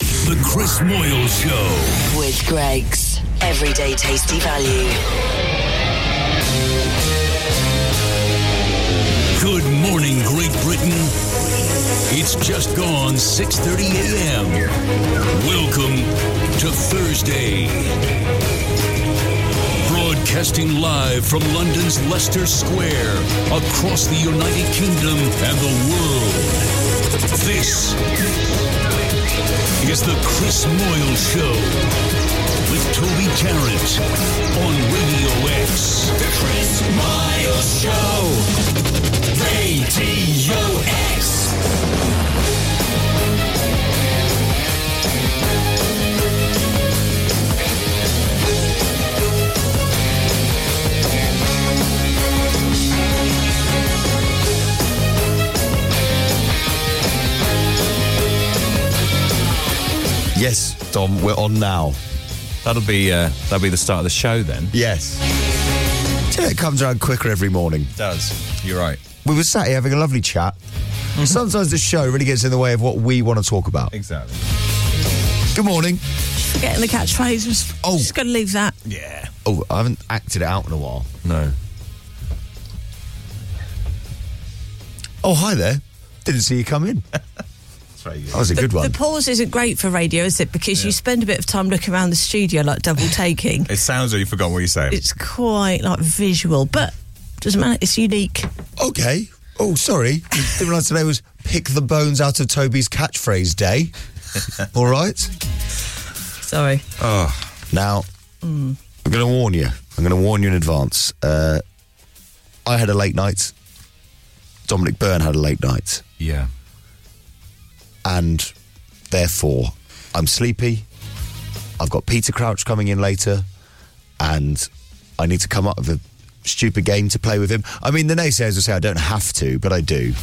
The Chris Moyle Show. with Greg's Everyday Tasty Value. Good morning, Great Britain. It's just gone 6:30 a.m. Welcome to Thursday. Broadcasting live from London's Leicester Square, across the United Kingdom and the world. This is the Chris Moyle Show with Toby Tarrant on Radio X. The Chris Miles Show. Radio X. Yes, Dom, we're on now. That'll be uh, that'll be the start of the show then. Yes. Do you know, it comes around quicker every morning. It does. You're right. We were sat here having a lovely chat. Mm-hmm. Sometimes the show really gets in the way of what we want to talk about. Exactly. Good morning. Getting the catchphrase was. Oh. Just going to leave that. Yeah. Oh, I haven't acted it out in a while. No. Oh, hi there. Didn't see you come in. That That's very good. was a good the, one. the pause isn't great for radio, is it? Because you spend a bit of time looking around the studio, like double taking. It sounds like you forgot what you said. it's quite like visual, but doesn't matter. It's unique. Okay. Oh, sorry. Didn't realise today was pick the bones out of Toby's catchphrase day. All right. Ah, Sorry. Now, I'm going to warn you. I'm going to warn you in advance. Uh, I had a late night. Dominic Byrne had a late night. yeah. and therefore I'm sleepy. I've got Peter Crouch coming in later, and I need to come up with a stupid game to play with him. I mean, the naysayers will say I don't have to, but I do.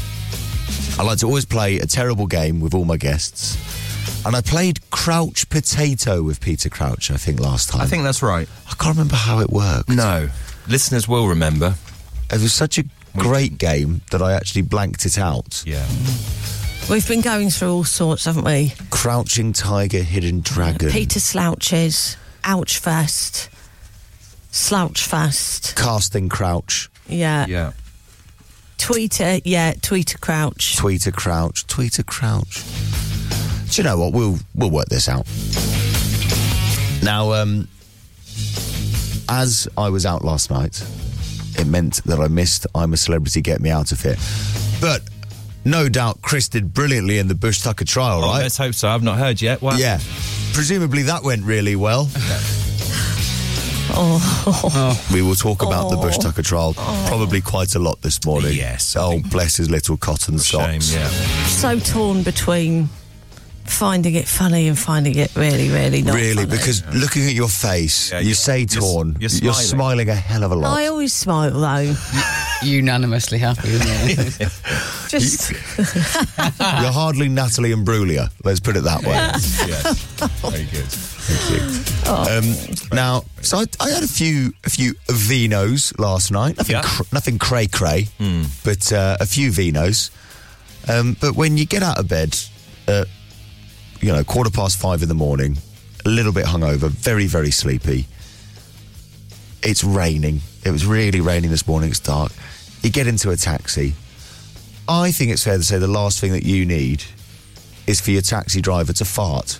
I like to always play a terrible game with all my guests, and I played Crouch Potato with Peter Crouch. I think last time. I think that's right. I can't remember how it worked. No. Listeners will remember. it was such a great game that I actually blanked it out. Yeah. We've been going through all sorts, haven't we? Crouching Tiger, Hidden Dragon. Peter slouches, ouch fest, slouch fest. Casting Crouch. Yeah. Yeah. Tweeter, yeah. Tweeter crouch. Tweeter Crouch, Tweeter Crouch. Do you know what? We'll we'll work this out. Now, um, as I was out last night, it meant that I missed "I'm a Celebrity, Get Me Out of Here," but no doubt Chris did brilliantly in the Bush Tucker trial, Oh, right? let's hope so. I've not heard yet. Wow. Yeah, presumably that went really well. Oh. We will talk about the Bush Tucker trial probably quite a lot this morning. Yes, I Oh, bless his little cotton Shame. socks. Yeah. So torn between finding it funny and finding it really, really not. funny. Really, because looking at your face, Yeah, you you're- say you're s- torn. You're you're smiling. smiling a hell of a lot. I always smile though. unanimously happy, isn't it? Just You're hardly Natalie and Brulia. Let's put it that way. yes. Very good. Um, Now, so I, I had a few a few vinos last night. Nothing Yeah. cr- nothing cray cray, but uh, a few vinos. Um, but when you get out of bed, uh, you know, quarter past five in the morning, a little bit hungover, very very sleepy. It's raining. It was really raining this morning. It's dark. You get into a taxi. I think it's fair to say the last thing that you need is for your taxi driver to fart.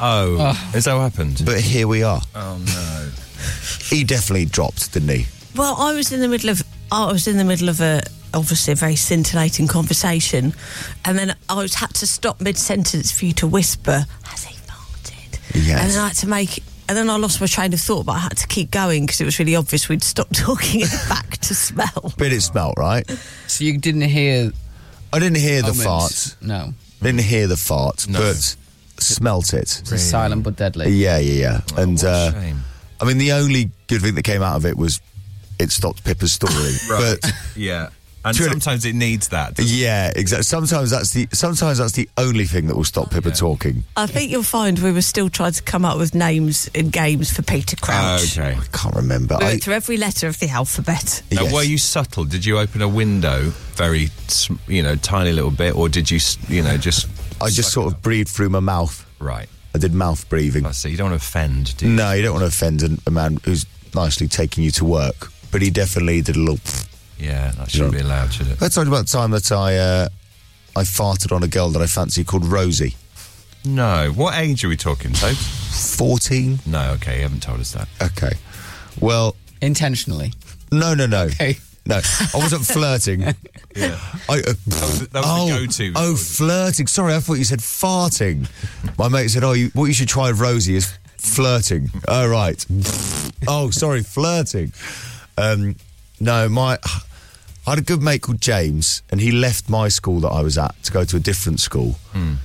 Oh, is that what happened? But here we are. oh no. He definitely dropped, didn't he? well, I was in the middle of I was in the middle of a obviously a very scintillating conversation, and then I was had to stop mid sentence for you to whisper, "Has he farted?" Yes. And then I had to make. And then I lost my train of thought, but I had to keep going because it was really obvious we'd stopped talking and back to smell. But it smelt right. so you didn't hear I didn't hear the omens? fart. No, Didn't hear the fart, No. but smelt it. it's silent but deadly. Yeah, yeah, yeah. and what a uh, shame. I mean, the only good thing that came out of it was it stopped Pippa's story. Right. But yeah. And Truly- sometimes it needs that. doesn't yeah, exactly. Sometimes that's the sometimes that's the only thing that will Oh, stop Pippa talking. I think you'll find we were still trying to come up with names and games for Peter it? Crouch. Okay. I can't remember. We Oh, I, went through every letter of the alphabet. Now, yes. were Uh, you subtle? Did you open a window, very, sm- you know, tiny little bit, or did you, s- you know, just? I just sort of breathed through my mouth. Right. I did mouth breathing. I see. You don't want to offend, do you? No, you don't want to offend a- a man who's nicely taking you to work, but he definitely did a little. Yeah, that shouldn't No. be allowed, should it? I talked about the time that I uh, I farted on a girl that I fancy called Rosie. No. What age are we talking, Tobes? 14? No, okay, you haven't told us that. Okay. Well, Intentionally. no, no, no. Okay. No, I wasn't flirting. Yeah. I, uh, was- that was the oh, go-to. Oh, flirting. Sorry, I thought you said farting. My mate said, oh, you, what you should try with Rosie is flirting. oh, right. oh, sorry, flirting. Um, no, my... I had a good mate called James, and he left my school that I was at to go to a different school. Hmm.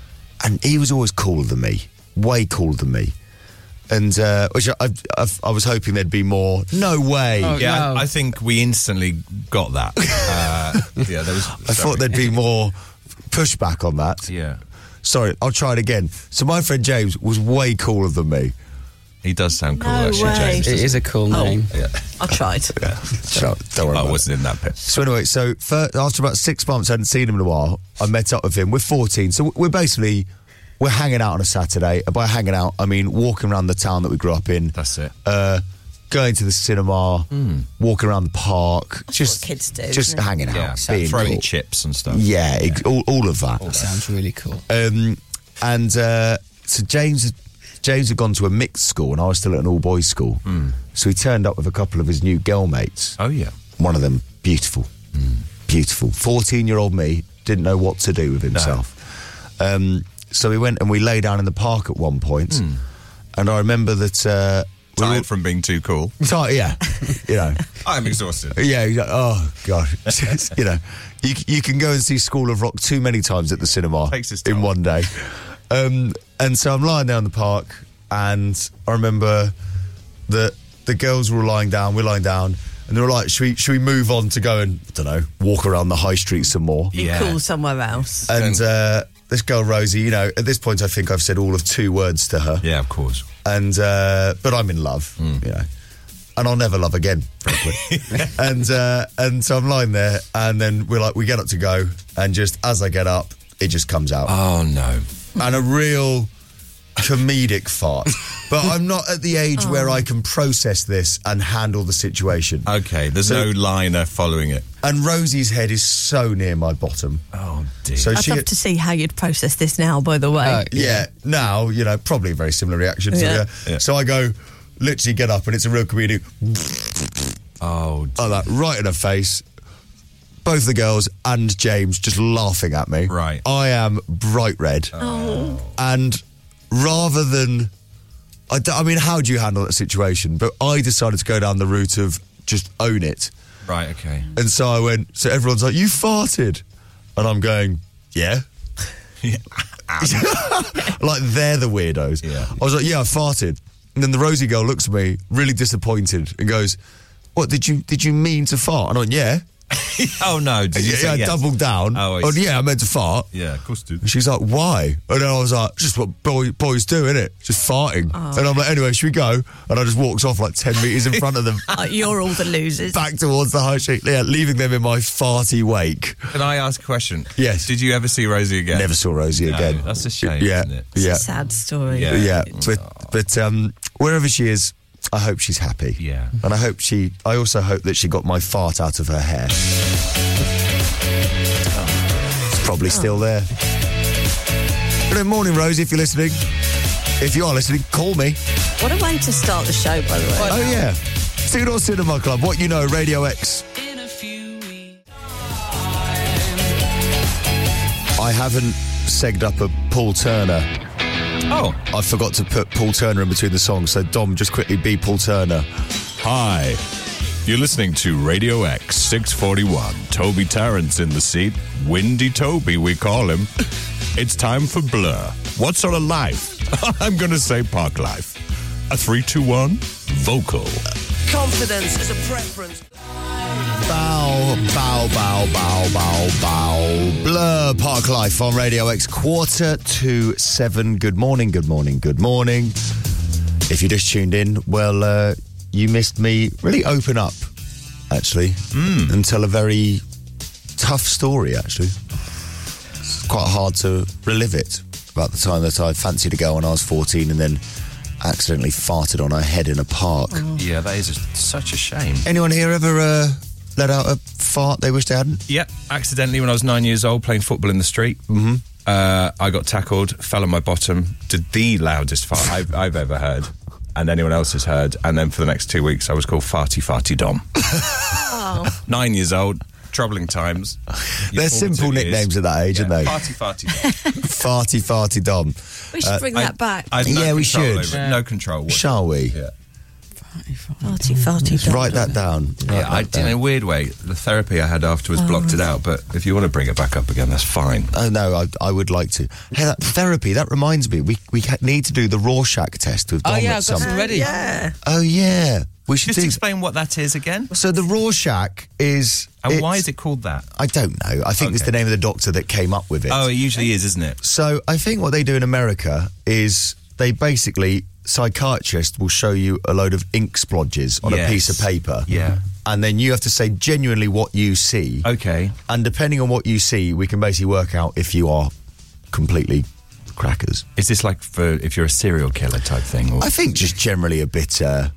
And he was always cooler than me, way cooler than me. And uh, which I, I, I, I was hoping there'd be more. No way. Oh, Yeah, no. I, I think we instantly got that. Uh, yeah, there was. I thought there'd be more pushback on that. Yeah, Sorry, I'll try it again. So my friend James was way cooler than me. he does sound cool, No actually, way. Oh. James. It is a cool name. Yeah. I tried. Shut up, don't worry I about it. wasn't in that pit. So anyway, so fir- after about six months, I hadn't seen him in a while. I met up with him. We're 14, so we're basically we're hanging out on a Saturday. And by hanging out, I mean walking around the town that we grew up in. That's it. Uh, going to the cinema, Hmm. walking around the park, just kids do, just isn't it? hanging out, Yeah, being throwing cool. chips and stuff. Yeah, ex- All, all of that. Sounds really cool. Um, and uh, so James, James had gone to a mixed school, and I was still at an all boys school. So he turned up with a couple of his new girl mates. Hmm. Oh yeah. One of them, beautiful, beautiful, fourteen-year-old me didn't know what to do with himself. Um, so we went and we lay down in the park at one point, and I remember that. Uh, we Hmm. Tired from being too cool. were- tired, yeah, you know, I'm exhausted. yeah. you're like, Oh god, you know, you you can go and see School of Rock too many times at the cinema Takes its in toll. one day. Um, and so I'm lying down in the park, and I remember that the girls were all lying down, we're lying down, and they were like, "Should we should we move on to go and I don't know walk around the high street some more?" Be Yeah. cool somewhere else. And uh, this girl Rosie, you know, at this point I think I've said all of two words to her Yeah, of course. Hmm. and uh, but I'm in love, you know, and I'll never love again, frankly. and uh, and so I'm lying there, and then we're like, we get up to go, and just as I get up, it just comes out, Oh no. and a real comedic fart. But I'm not at the age where I can process this and handle the situation. Okay, there's So- no liner following it. and Rosie's head is so near my bottom. Oh dear. So I'd she, Uh, love to see how you'd process this now, by the Oh, way. yeah, now you know probably a very similar reaction to Yeah. her. Yeah. So I go, literally get up, and it's a real comedic. oh, like that, right in her face. Both the girls and James just laughing at me. Right. Oh. I am bright red. And rather than, I, d- I mean, how do you handle that situation? But I decided to go down the route of just own it. right. Okay. And so I went, so everyone's like, you farted. And I'm going, yeah. like they're the weirdos. Yeah. I was like, yeah, I farted. And then the Rosie girl looks at me, really disappointed, and goes, "What did you did you mean to fart?" And I went, "Yeah, Oh no. Did you yeah." say I yes? doubled down. Oh, I and see. yeah, I meant to fart. Yeah, of course, dude. And she's like, "Why?" And then I was like, "Just what boy, boys do, innit? Just farting." Oh. And I'm like, "Anyway, should we go?" And I just walked off like ten meters in front of them, Like, Oh, you're all the losers. back towards the high street, yeah, leaving them in my farty wake. Can I ask a question? Yes. Did you ever see Rosie again? Never saw Rosie No, again. that's a shame, Yeah, isn't it? yeah. Sad story. Yeah. yeah, but but um, wherever she is, I hope she's happy. Yeah. and I hope she. I also hope that she got my fart out of her hair. It's probably still there. Good morning, Rosie. If you're listening, if you are listening, call me. What a way to start the show, by the way. Oh yeah, Two Door Cinema Club. What you know, Radio X. I haven't segged up a Paul Turner. Oh, I forgot to put Paul Turner in between the songs, so Dom, just quickly be Paul Turner. hi. You're listening to Radio X 641. Toby Tarrant's in the seat. Windy Toby, we call him. It's time for Blur. What sort of life? I'm going to say park life. A 321 vocal. Confidence is a preference. Bow, bow, bow, bow, bow, bow. Blur Park Life on Radio X, quarter to seven. Good morning, good morning, good morning. If you just tuned in, well, uh, you missed me really open up, actually, and tell a very tough story, actually. It's quite hard to relive it. about the time that I fancied a girl when I was 14 and then accidentally farted on her head in a park. Yeah, that is a, such a shame. Anyone here ever uh, let out a fart they wish they hadn't? Yep, accidentally when I was nine years old playing football in the street. Mm-hmm. Uh, I got tackled, fell on my bottom, did the loudest fart I've, I've ever heard, and anyone else has heard. And then for the next two weeks, I was called Farty Farty Dom. Oh. Nine years old, troubling times. They're simple nicknames at that age, yeah. aren't they? Farty Farty Dom. farty, farty, dom. Uh, We should bring that back. I had no Yeah, we control should. over it, No control. Shall we? Yeah. Farty, farty, dog. Write that down. Write Yeah, I, that in down. a weird way, the therapy I had afterwards Oh. blocked it out. But if you want to bring it back up again, that's fine. Oh no, I, I would like to. Hey, that therapy. That reminds me, we we ha- need to do the Rorschach test with Dom Oh, yeah, at I've some. got some ready. Yeah. oh yeah, we should Just do. explain what that is again, so the Rorschach is. and why it's- is it called that? I don't know. I think it's Okay. the name of the doctor that came up with it. Oh, it usually is, isn't it? So I think what they do in America is they basically psychiatrists will show you a load of ink splodges on Yes. a piece of paper. Yeah. And then you have to say genuinely what you see. Okay. And depending on what you see, we can basically work out if you are completely crackers. Is this like for if you're a serial killer type thing? Or? I think just generally a bit uh,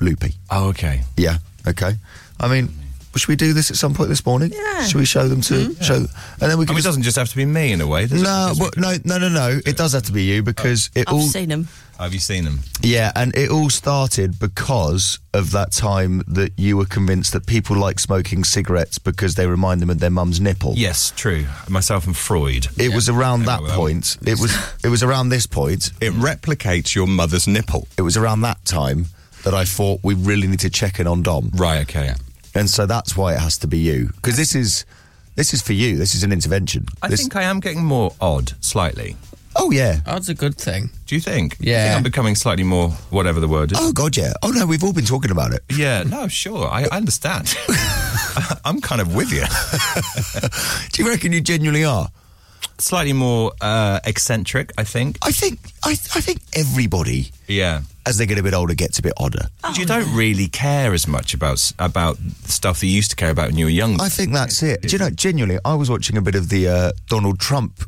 loopy. oh, okay. Yeah. Okay. I mean, should we do this at some point this morning? Yeah. Mm-hmm. Should we show them to show, and then we I can. mean, it just- doesn't just have to be me in a way, does no, it? well, no, no, no, no. It does have to be you because it I've all. seen him. Have you seen them? Yeah, and it all started because of that time that you were convinced that people like smoking cigarettes because they remind them of their mum's nipple. Yes, true. Myself and Freud. It was around that Oh, well. point. It was it was around this point. It replicates your mother's nipple. It was around that time that I thought we really need to check in on Dom. Right. Okay. And so that's why it has to be you because this is this is for you. This is an intervention. I This- think I am getting more odd, slightly. oh yeah. That's a good thing. Do you think? I Yeah. think I'm becoming slightly more whatever the word is. Oh god, yeah. Oh no, we've all been talking about it. Yeah. No, sure. I, I understand. I'm kind of with you. Do you reckon you genuinely are? slightly more uh, eccentric, I think. I think I, I think everybody Yeah. as they get a bit older gets a bit odder. But you don't really care as much about s- about stuff that you used to care about when you were Mm. young. I think that's it. Do you know, genuinely, I was watching a bit of the uh, Donald Trump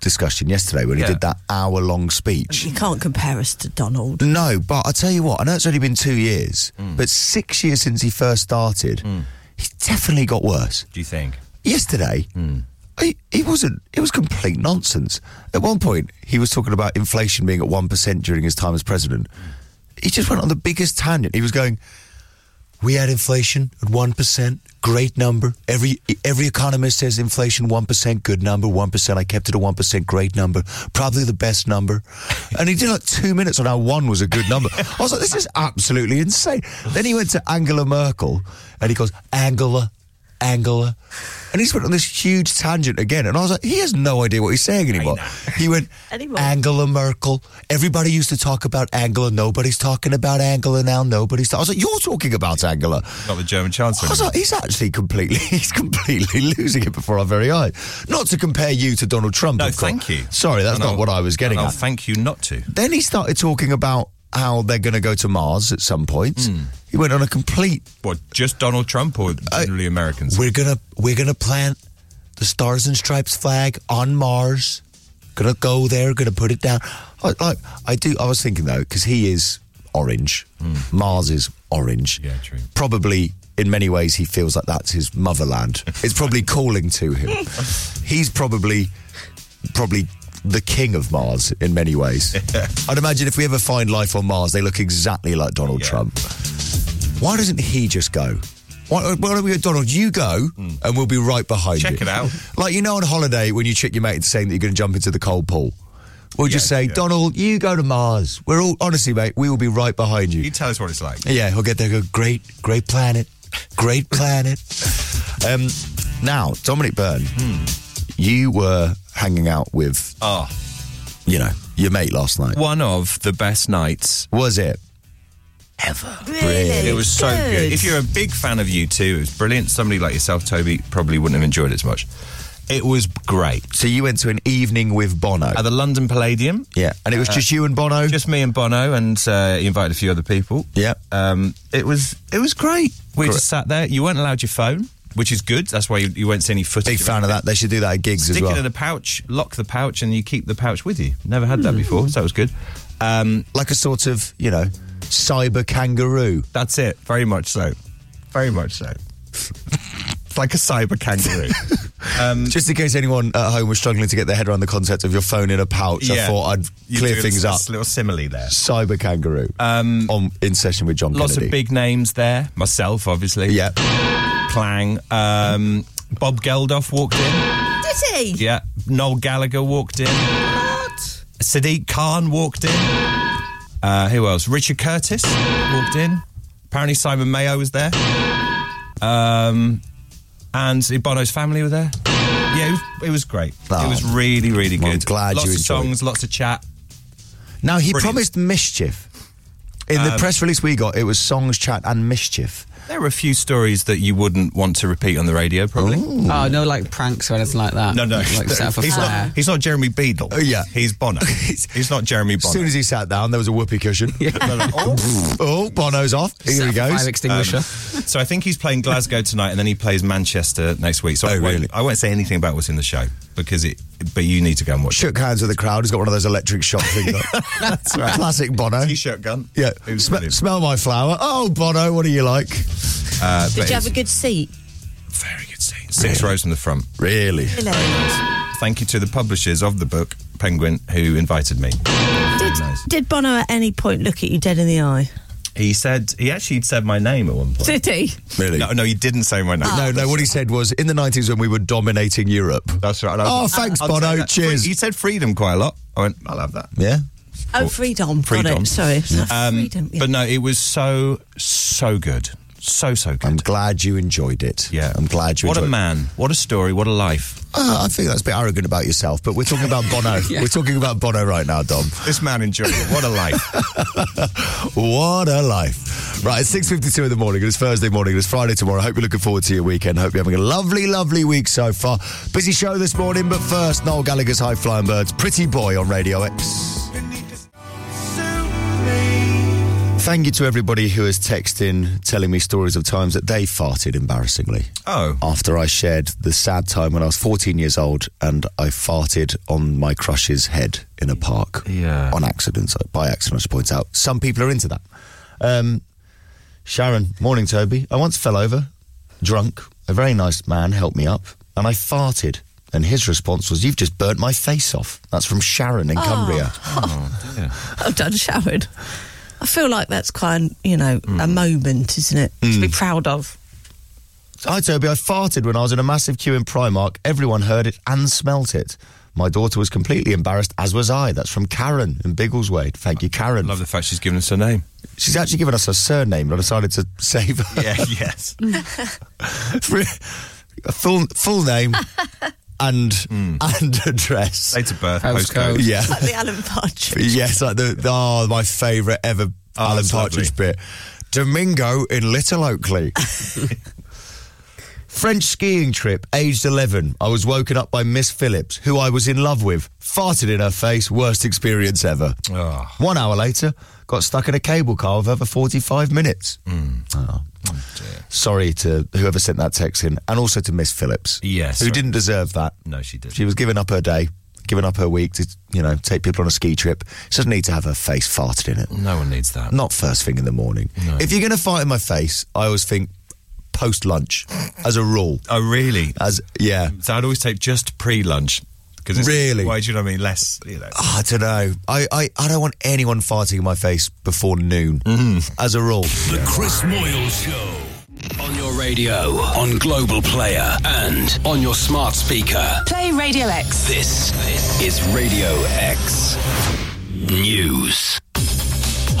discussion yesterday when he Yeah. did that hour long speech. You can't compare us to Donald. No, but I tell you what, I know it's only been two years, but six years since he first started, he's definitely got worse. Do you think? Yesterday, he, he wasn't, it was complete nonsense. At one point, he was talking about inflation being at 1% during his time as president. He just went on the biggest tangent. He was going, we had inflation at one percent. Great number. Every every economist says inflation one percent, good number. One percent. I kept it at one percent. Great number. Probably the best number. And he did like two minutes on how one was a good number. I was like, this is absolutely insane. Then he went to Angela Merkel, and he goes, Angela, Angela, and he just went on this huge tangent again. And I was like, he has no idea what he's saying anymore. He went, Anymore. Angela Merkel. Everybody used to talk about Angela. Nobody's talking about Angela now. Nobody's. I was like, you're talking about Angela. Not the German I Chancellor. was like, he's actually completely, he's completely losing it before our very eyes. Not to compare you to Donald Trump. no, of course. thank you. Sorry, that's And not I'll- what I was getting and I'll at. Oh, thank you not to. then he started talking about how they're going to go to Mars at some point. He went on a complete. Hmm. Uh, What? Just Donald Trump or generally Americans? We're gonna we're gonna plant the Stars and Stripes flag on Mars. Gonna go there. Gonna put it down. I, like I do. I was thinking though, because he is orange. Mars is orange. Hmm. Yeah, true. Probably in many ways he feels like that's his motherland. it's probably calling to him. He's probably probably the king of Mars in many ways. I'd imagine if we ever find life on Mars, they look exactly like Donald Yeah. Trump. Why doesn't he just go? Why, why don't we go, Donald? You go, and we'll be right behind you. Check it out. Like you know, on holiday when you trick your mate into saying that you're going to jump into the cold pool, we'll just Yeah, say, yeah. Donald, you go to Mars. We're all honestly, mate. We will be right behind you. You tell us what it's like. Yeah, he'll get there. Go, great, great planet, great planet. um, now, Dominic Byrne, you were hanging out with, Hmm. Ah, you know, your mate last night. one of the best nights Was it? Really? It was so good. If you're a big fan of you 2 it was brilliant. Somebody like yourself, Toby, probably wouldn't have enjoyed it as much. It was great. So you went to an evening with Bono. At the London Palladium, yeah, and Uh, it was just you and Bono. just me and Bono, and uh, he invited a few other people. Yeah. Um, it was it was great. We Great. just sat there. You weren't allowed your phone. which is good. That's why you, you won't see any footage. Big fan of that. They should do that at gigs as Stick well. it in a pouch, lock the pouch, and you keep the pouch with you. Never had that before, so that was good. Um, Hmm. like a sort of, you know, cyber kangaroo. that's it. Very much so. Very much so. it's like a cyber kangaroo. Um, Just in case anyone at home was struggling to get their head around the concept of your phone in a pouch, I thought I'd You clear do a things little- up. Little simile there. Cyber kangaroo. Um, on in session with John Lots Kennedy. of big names there. Myself, obviously. Yeah. Clang. Um, Bob Geldof walked in. Did he? Yeah. Noel Gallagher walked in. What? Sadiq Khan walked in. Uh, who else? Richard Curtis walked in. Apparently Simon Mayo was there. Um, and Bono's family were there. Yeah, it was, it was great. Oh. it was really, really good. Well, I'm glad lots you of enjoyed it. songs, lots of chat. Now he Brilliant. Um, promised mischief. In the press release we got, it was songs, chat, and mischief. There were a few stories that you wouldn't want to repeat on the radio, probably. Oh, no, like pranks or anything like that. No, no, Like set up a he's flare. not. He's not Jeremy Beadle. Oh, yeah. he's Bono. he's not Jeremy Bono. As soon as he sat down, there was a whoopee cushion. oh. Bono's off. Here he Set up a goes. Fire Um, extinguisher. so I think he's playing Glasgow tonight, and then he plays Manchester next week. So Oh, I, won't, really? I won't say anything about what's in the show because it. But you need to go and watch Shook hands with the crowd. He's got one of those electric shock things. on. Classic Bono. it. T-shirt gun. Yeah. It was Sme- brilliant. smell my flower. Oh, Bono, what do you like? Uh, but Did you it's have a good seat? very good scene. Six rows from the front. Really? Hello. Thank you to the publishers of the book, Penguin, who invited me. Did, Nice. did Bono at any point look at you dead in the eye? He said he actually said my name at one point. Did he? Really? No, no, he didn't say my name. No, no. What he said was in the 90s when we were dominating Europe. That's right. Oh, thanks, I'll take Bono. that. Cheers. He said freedom quite a lot. I went, I'll have that. Yeah. Oh, freedom. Got Freedom. it. Sorry. freedom. yeah. Um, But no, it was so, so good. So, so good. I'm glad you enjoyed it. yeah. I'm glad you What a enjoyed it. man. What a story. What a life. Uh, I think that's a bit arrogant about yourself, but we're talking about Bono. We're talking about Bono right now, Dom. This man enjoyed it. What a life. What a life. Right, it's 6.52 in the morning. It's Thursday morning. It's Friday tomorrow. hope you're looking forward to your weekend. Hope you're having a lovely, lovely week so far. Busy show this morning, but first, Noel Gallagher's High Flying Birds, Pretty Boy on Radio X. Thank you to everybody who has texted in telling me stories of times that they farted embarrassingly. Oh. After I shared the sad time when I was 14 years old and I farted on my crush's head in a park. Yeah. On accident, so by accident, I should point out. Some people are into that. Um, Sharon, morning, Toby. I once fell over, drunk. A very nice man helped me up, and I farted. And his response was, You've just burnt my face off. That's from Sharon in Cumbria. Oh, I've done showered. I feel like that's quite, an, you know, a moment, isn't it? To be proud of. Hmm. Hi, Toby. I farted when I was in a massive queue in Primark. Everyone heard it and smelt it. My daughter was completely embarrassed, as was I. That's from Karen in Biggleswade. Thank you, Karen. Love the fact she's given us her name. She's actually given us her surname, but I decided to save her. Yeah, yes. A full, full name and and address. Hmm. Date of birth, Postcode. postcode. Yeah. Like the Alan Partridge. yes, like the, the oh, my favourite ever Alan Oh, that's Partridge bit. Domingo in Little Oakley. French skiing trip, aged 11. I was woken up by Miss Phillips, who I was in love with, farted in her face, worst experience ever. Oh. One hour later, got stuck in a cable car with her for 45 minutes. Mm. Oh. Sorry to whoever sent that text in, and also to Miss Phillips. Yes, Who sorry. didn't deserve that. No, she didn't. She was giving up her day, giving up her week to, you know, take people on a ski trip. She doesn't need to have her face farted in it. No one needs that. Not first thing in the morning. If you're going to fart in my face, I always think post lunch as a rule. Oh, really? As yeah, So I'd always take just pre lunch. because Really? Why do you know what I mean? Less, you know. Oh, I don't know. I, I I don't want anyone farting in my face before noon. Mm-hmm. As a rule. The Chris Moyle Show. On your radio, on Global Player, and on your smart speaker. Play Radio X. This is Radio X News.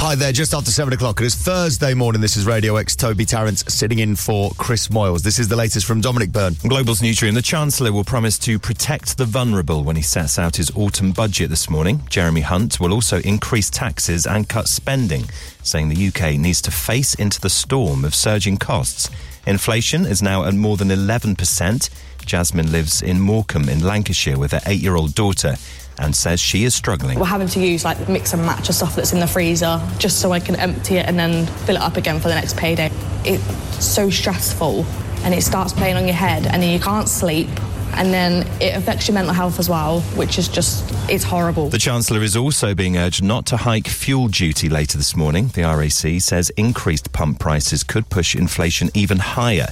Hi there, just after seven o'clock. It is Thursday morning. This is Radio X. Toby Tarrant sitting in for Chris Moyles. This is the latest from Dominic Byrne. Global's Nutrium. The Chancellor will promise to protect the vulnerable when he sets out his autumn budget this morning. Jeremy Hunt will also increase taxes and cut spending, saying the UK needs to face into the storm of surging costs. Inflation is now at more than 11%. Jasmine lives in Morecambe in Lancashire with her eight year old daughter and says she is struggling. We're having to use like mix and match of stuff that's in the freezer just so I can empty it and then fill it up again for the next payday. It's so stressful. and it starts playing on your head and then you can't sleep and then it affects your mental health as well, which is just, it's horrible. The Chancellor is also being urged not to hike fuel duty later this morning. The RAC says increased pump prices could push inflation even higher.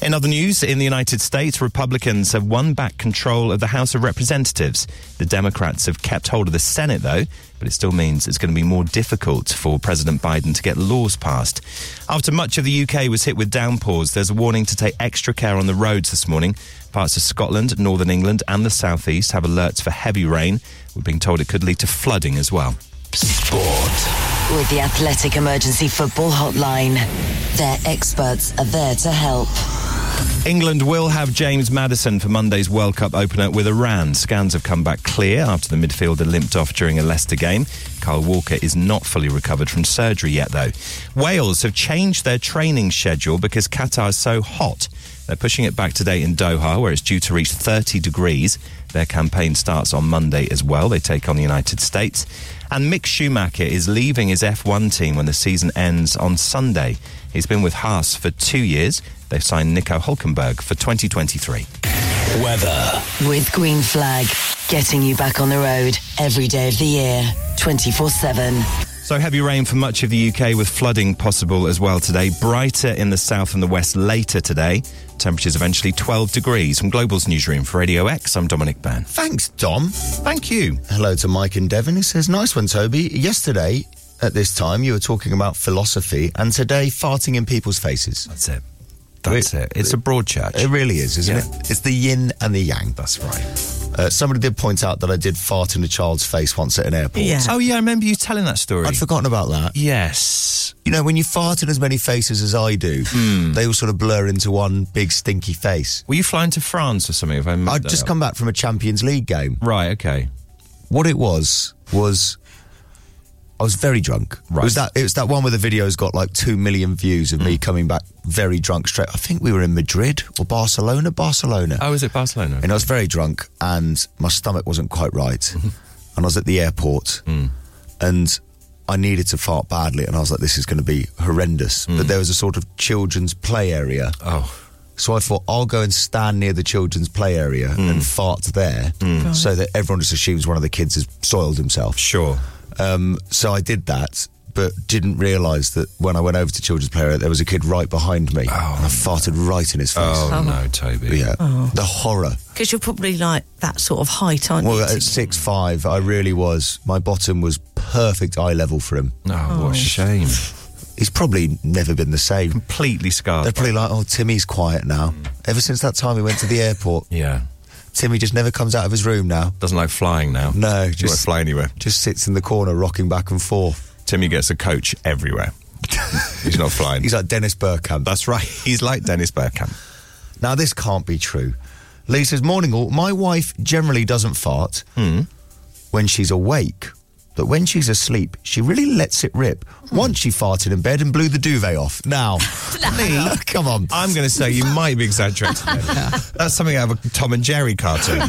In other news, in the United States, Republicans have won back control of the House of Representatives. The Democrats have kept hold of the Senate, though, but it still means it's going to be more difficult for President Biden to get laws passed. After much of the UK was hit with downpours, there's a warning to take extra care on the roads this morning. Parts of Scotland, Northern England, and the Southeast have alerts for heavy rain. We're being told it could lead to flooding as well. With the Athletic Emergency Football Hotline, their experts are there to help. England will have James Madison for Monday's World Cup opener with Iran. Scans have come back clear after the midfielder limped off during a Leicester game. Kyle Walker is not fully recovered from surgery yet, though. Wales have changed their training schedule because Qatar is so hot. They're pushing it back today in Doha, where it's due to reach 30 degrees. Their campaign starts on Monday as well. They take on the United States. And Mick Schumacher is leaving his F1 team when the season ends on Sunday. He's been with Haas for two years. They've signed Nico Hulkenberg for 2023. Weather. With Green Flag, getting you back on the road every day of the year, 24 7. So heavy rain for much of the UK with flooding possible as well today. Brighter in the south and the west later today. Temperatures eventually 12 degrees. From Global's newsroom for Radio X, I'm Dominic Byrne. Thanks, Dom. Thank you. Hello to Mike and Devon. He says, Nice one, Toby. Yesterday, at this time, you were talking about philosophy, and today, farting in people's faces. That's it. That's it. It's a broad church. It really is, isn't Yeah. it? It's the yin and the yang. That's right. Uh, somebody did point out that I did fart in a child's face once at an airport. Yeah. Oh, yeah, I remember you telling that story. I'd forgotten about that. yes. You know, when you fart in as many faces as I do, they all sort of blur into one big stinky face. Hmm. Were you flying to France or something? If I made I'd that just up? come back from a Champions League game. Right, okay. What it was was I was very drunk. It Right. was that it was that one where the video's got like two million views of me coming back very drunk straight. I think we were in Madrid or Barcelona. Barcelona. Oh, is it Barcelona? and I was very drunk, and my stomach wasn't quite right, and I was at the airport, Hmm. and I needed to fart badly, and I was like, "This is going to be horrendous." But there was a sort of children's play area, Hmm. oh. so I thought I'll go and stand near the children's play area Hmm. and fart there, so that everyone just assumes one of the kids has soiled himself. Sure. Um, so I did that. But didn't realise that when I went over to children's play area, there was a kid right behind me, and I farted right in his face. Oh, no, Toby. Yeah, Oh. Oh. the horror. Because you're probably like that sort of height, aren't Well, you? at six five, I really was. My bottom was perfect eye level for him. No, what a shame. He's probably never been the same. Completely scarred. Mm. They're probably like, "Oh, Timmy's quiet now." Ever since that time he went to the airport, yeah. Timmy just never comes out of his room now. Doesn't like flying now. No, Doesn't like just fly anywhere. just sits in the corner, rocking back and forth. Timmy gets a coach everywhere. He's not flying. He's like Dennis Burkham. That's right. He's like Dennis Bergkamp. Now this can't be true. Lee says, "Morning all. My wife generally doesn't fart Hmm. when she's awake." But when she's asleep, she really lets it rip. Hmm. Once she farted in bed and blew the duvet off. Now, Lee, come on. I'm going to say you might be exaggerating. there. That's something out of a Tom and Jerry cartoon.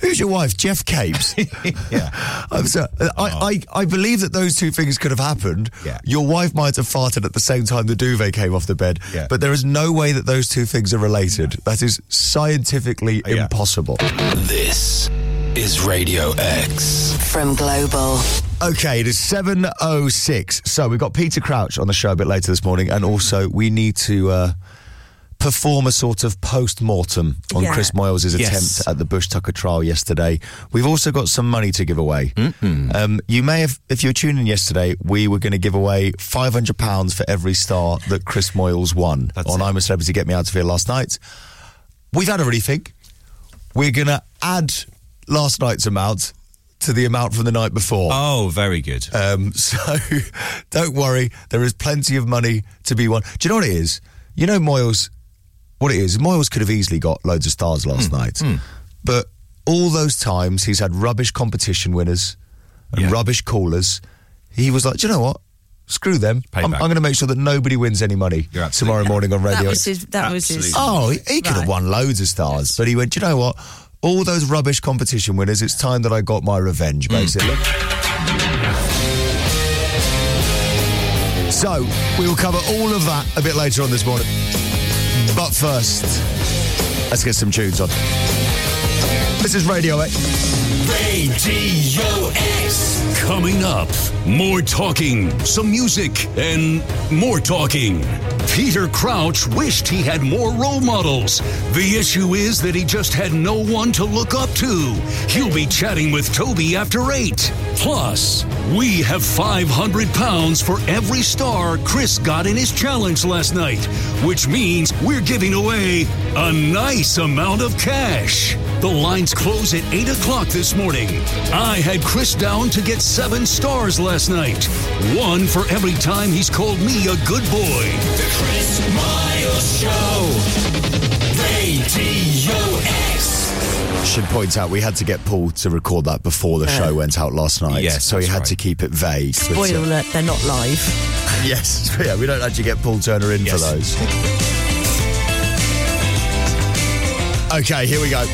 Who's your wife? Jeff Capes. yeah. Oh. I'm sorry. I, I, I believe that those two things could have happened. Yeah. Your wife might have farted at the same time the duvet came off the bed. Yeah. But there is no way that those two things are related. That is scientifically Yeah. impossible. This is Radio X. From Global. Okay, it is 7.06. So we've got Peter Crouch on the show a bit later this morning. And also, we need to uh, perform a sort of post mortem on Yeah. Chris Moyles' Yes. attempt at the Bush Tucker trial yesterday. We've also got some money to give away. Hmm? Mm. Um, you may have, if you were tuning in yesterday, we were going to give away £500 for every star that Chris Moyles won on I'm a Celebrity Get Me Out of Here last night. We've had a rethink. We're going to add last night's amount to the amount from the night before. Oh, very good. Um, so don't worry, there is plenty of money to be won. Do you know what it is? You know, Moyles, what it is, Moyles could have easily got loads of stars Hmm. last night. But all those times he's had rubbish competition winners and Yeah. rubbish callers, he was like, do you know what? Screw them. I'm, Payback. I'm going to make sure that nobody wins any money You're absolutely- tomorrow morning on that radio. was his. That was his. Oh, he, he could have Right. won loads of stars, but he went, "Do you know what? All those rubbish competition winners, it's time that I got my revenge, Hmm. basically. So, we will cover all of that a bit later on this morning. But first, let's get some tunes on. This is Radio X. Radio X. Coming up, more talking, some music, and more talking. Peter Crouch wished he had more role models. The issue is that he just had no one to look up to. He'll be chatting with Toby after 8. Plus, we have 500 pounds for every star Chris got in his challenge last night, which means we're giving away a nice amount of cash. The lines close at 8 o'clock this morning. I had Chris down to get seven stars last night. One for every time he's called me a good boy. The Chris Miles Show. Radio X. Should point out we had to get Paul to record that before the Yeah. show went out last night. Yes, so he that's had right. to keep it vague. but, uh, Spoiler alert, they're not live. Yes, yeah, we don't actually get Paul Turner in for those. Okay, here we go.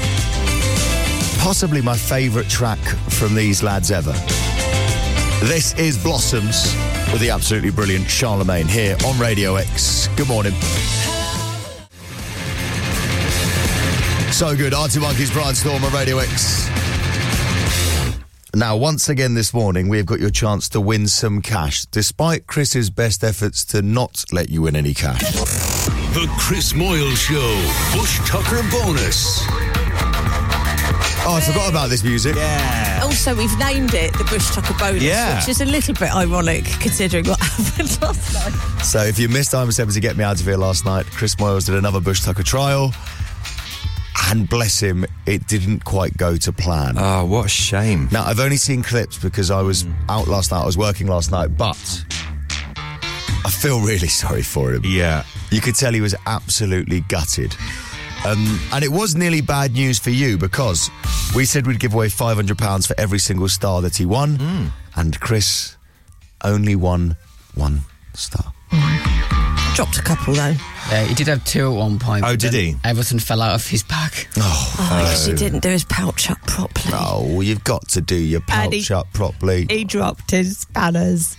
Possibly my favourite track from these lads ever. This is Blossoms with the absolutely brilliant Charlemagne here on Radio X. Good morning. So good. Artie Monkeys, Brian Storm on Radio X. Now, once again this morning, we have got your chance to win some cash, despite Chris's best efforts to not let you win any cash. The Chris Moyle Show Bush Tucker bonus. Oh, I forgot about this music. Yeah. Also, we've named it the Bush Tucker Bonus, Yeah. which is a little bit ironic considering what happened last night. So, if you missed I'm able to Get Me Out of Here last night, Chris Moyles did another Bush Tucker trial. And bless him, it didn't quite go to plan. Oh, what a shame. Hmm. Now, I've only seen clips because I was out last night, I was working last night, but I feel really sorry for him. Yeah. You could tell he was absolutely gutted. Um, and it was nearly bad news for you because we said we'd give away £500 for every single star that he won. Hmm. And Chris only won one star. Dropped a couple though. Yeah, he did have two at one point. Oh, but did then he? Everything fell out of his bag. Oh, Oh, yes, he didn't do his pouch up properly. no, Oh, you've got to do your pouch And he- up properly. He dropped his spanners.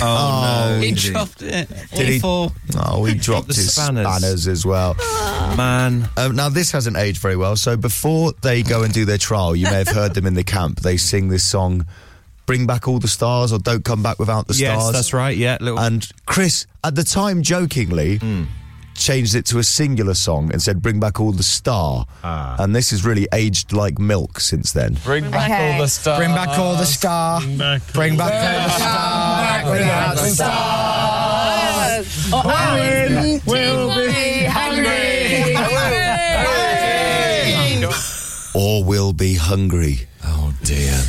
Oh, no. He did he? dropped it. Did he? Awful. Oh, he dropped the his spanners. spanners as well. Man. Um, now, this hasn't aged very well. So, before they go and do their trial, you may have heard them in the camp. They sing this song, Bring Back All the Stars or Don't Come Back Without the Yes, Stars. that's right. Yeah, little. And Chris, at the time, jokingly, Hmm. changed it to a singular song and said, Bring Back All the Star. And this has really aged like milk since then. Bring back Okay. all the stuff. Bring back all the star. Bring back all the star. Bring back the star. will be Or We'll Be Hungry. Oh, dear.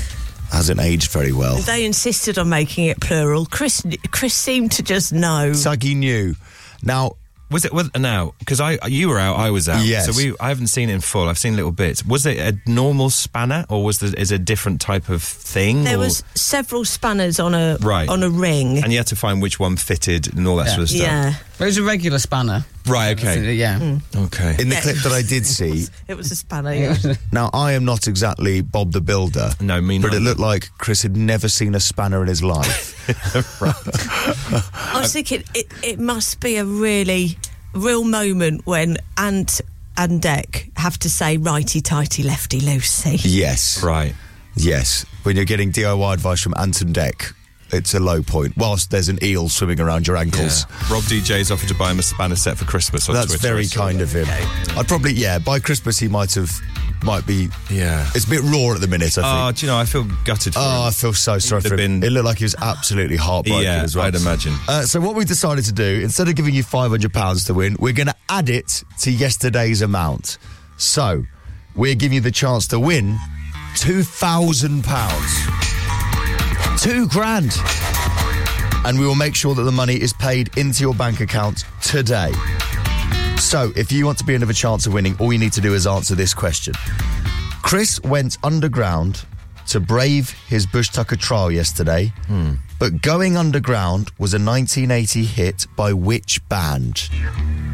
Hasn't aged very well. Oh. They insisted on making it plural. Chris Chris seemed to just know. Saggy New. Now, Was it with now? Because I you were out, I was out. Yes. So we I haven't seen it in full. I've seen little bits. Was it a normal spanner or was there is it a different type of thing? there or- was several spanners on a Right. on a ring. and you had to find which one fitted and all that sort of stuff. yeah. But it was a regular spanner. Right. Okay. Yeah. Okay. in the clip that I did see, It was a spanner. Yeah. Now, I am not exactly Bob the Builder. No, me But it neither. looked like Chris had never seen a spanner in his life. Uh, I was thinking it, it must be a really real moment when Ant and Deck have to say righty tighty lefty loosey. yes. right. Yes. When you're getting DIY advice from Anton Deck, it's a low point. Whilst there's an eel swimming around your ankles. Rob DJ's offered to buy him a spanner set for Christmas. On That's Twitter. very I saw kind that. of him. I'd probably, yeah, by Christmas he might have, might be. Yeah. It's a bit raw at the minute, I Oh, think. do you know? I feel gutted. For Oh, I him. feel so sorry He'd for have him. been- It looked like he was absolutely heartbroken Yeah, as well. I'd imagine. Uh, so what we've decided to do, instead of giving you five hundred pounds to win, we're going to add it to yesterday's amount. So we're giving you the chance to win two thousand pounds, two grand, and we will make sure that the money is paid into your bank account today. So if you want to be another chance of winning, all you need to do is answer this question. Chris went underground to brave his Bush Tucker trial yesterday, but Going Underground was a 1980 hit by which band?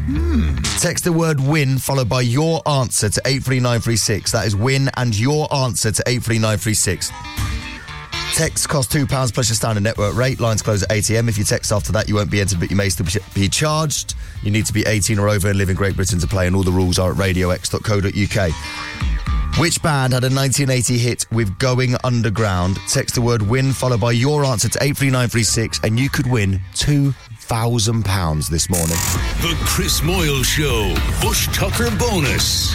Hmm. Text the word win followed by your answer to 83936. That is win and your answer to 83936. Text costs £2 plus your standard network rate. Lines close at 8am. If you text after that, you won't be entered, but you may still be charged. You need to be 18 or over and live in Great Britain to play, and all the rules are at radiox.co.uk. Which band had a 1980 hit with Going Underground? Text the word win followed by your answer to 83936, and you could win £2,000 this morning. The Chris Moyle Show Bush Tucker Bonus.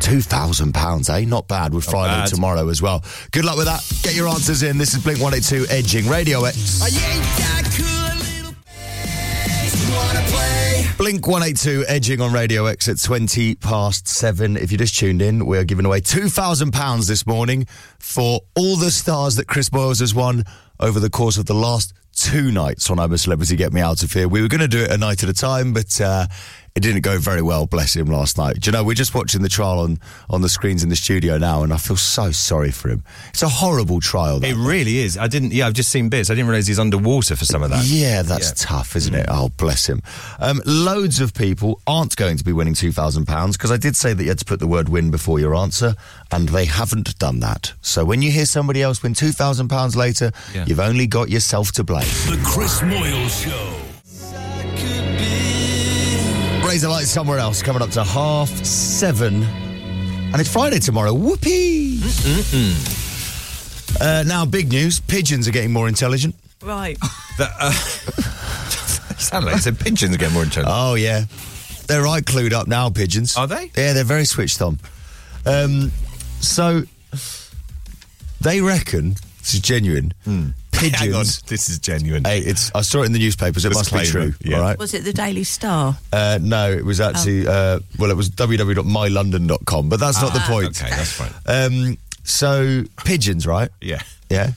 £2,000, eh? Not bad with Friday bad. tomorrow as well. Good luck with that. Get your answers in. This is Blink 182 Edging Radio X. Are you ain't that cool, a little bitch? Wanna play? Blink 182 edging on Radio X at 20 past 7. If you just tuned in, we are giving away £2,000 this morning for all the stars that Chris Boyles has won over the course of the last two nights on I'm a Celebrity Get Me Out of Here. We were going to do it a night at a time, but uh, it didn't go very well, bless him, last night. Do you know, we're just watching the trial on, on the screens in the studio now, and I feel so sorry for him. It's a horrible trial. That It really is. I didn't. Yeah, I've just seen bits. I didn't realize he's underwater for some of that. Mm. Yeah, that's tough, isn't it? Oh, bless him. Um, loads of people aren't going to be winning £2,000 because I did say that you had to put the word win before your answer, and they haven't done that. So when you hear somebody else win £2,000 later, you've only got yourself to blame. The Chris Moyle Show. Raise a light somewhere else, coming up to half seven. And it's Friday tomorrow. Whoopee! Uh, now, big news pigeons are getting more intelligent. Right. That, uh, sound like you said pigeons get more intelligent. Oh yeah, they're right clued up now. Pigeons are they? Yeah, they're very switched on. Um, so they reckon this is genuine. Pigeons. Hang on, this is genuine. Hey, it's. I saw it in the newspapers. It must be Disclaimer, true. All right. Was it the Daily Star? Uh, no, it was actually uh, well, it was www.mylondon.com, but that's not the Ah, point. okay, that's fine. Um, so pigeons, right? Yeah. Yeah.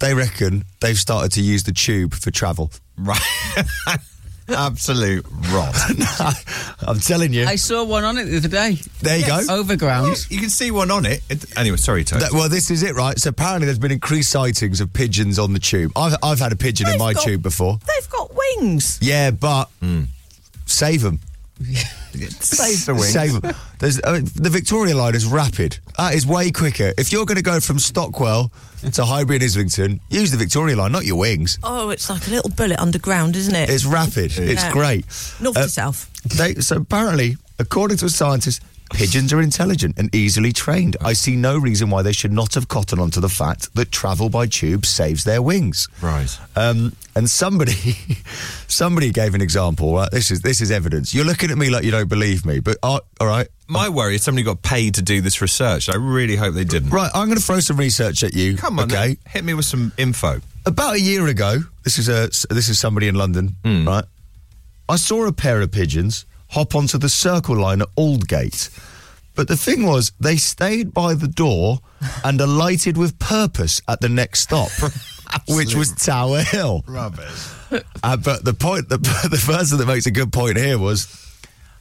They reckon they've started to use the tube for travel. Right. Absolute rot. I'm telling you. I saw one on it the other day. There you go. Overground. You can see one on it. Anyway, sorry, Tony. That- well, this is it, right? So apparently, there's been increased sightings of pigeons on the tube. I've, I've had a pigeon in They've my got- tube before. They've got wings. Yeah, but save 'em. save the them. wings. Save them. There's, I mean, the Victoria line is rapid. That is way quicker. If you're going to go from Stockwell to Highbury and Islington, use the Victoria line, not your wings. Oh, it's like a little bullet underground, isn't it? It's rapid. It's Yeah. great. North Uh, to south. They, so apparently, according to a scientist, pigeons are intelligent and easily trained. I see no reason why they should not have cottoned onto the fact that travel by tube saves their wings. Right. Um, and somebody, somebody gave an example. Right? This is this is evidence. You're looking at me like you don't believe me, but uh, all right. My worry is somebody got paid to do this research. I really hope they didn't. Right, I'm going to throw some research at you. Come on, okay? Hit me with some info. About a year ago, this is a this is somebody in London, Hmm. right? I saw a pair of pigeons hop onto the Circle Line at Aldgate, but the thing was they stayed by the door and alighted with purpose at the next stop, which was Tower Hill. Rubbish. Uh, but the point, the, the person that makes a good point here was.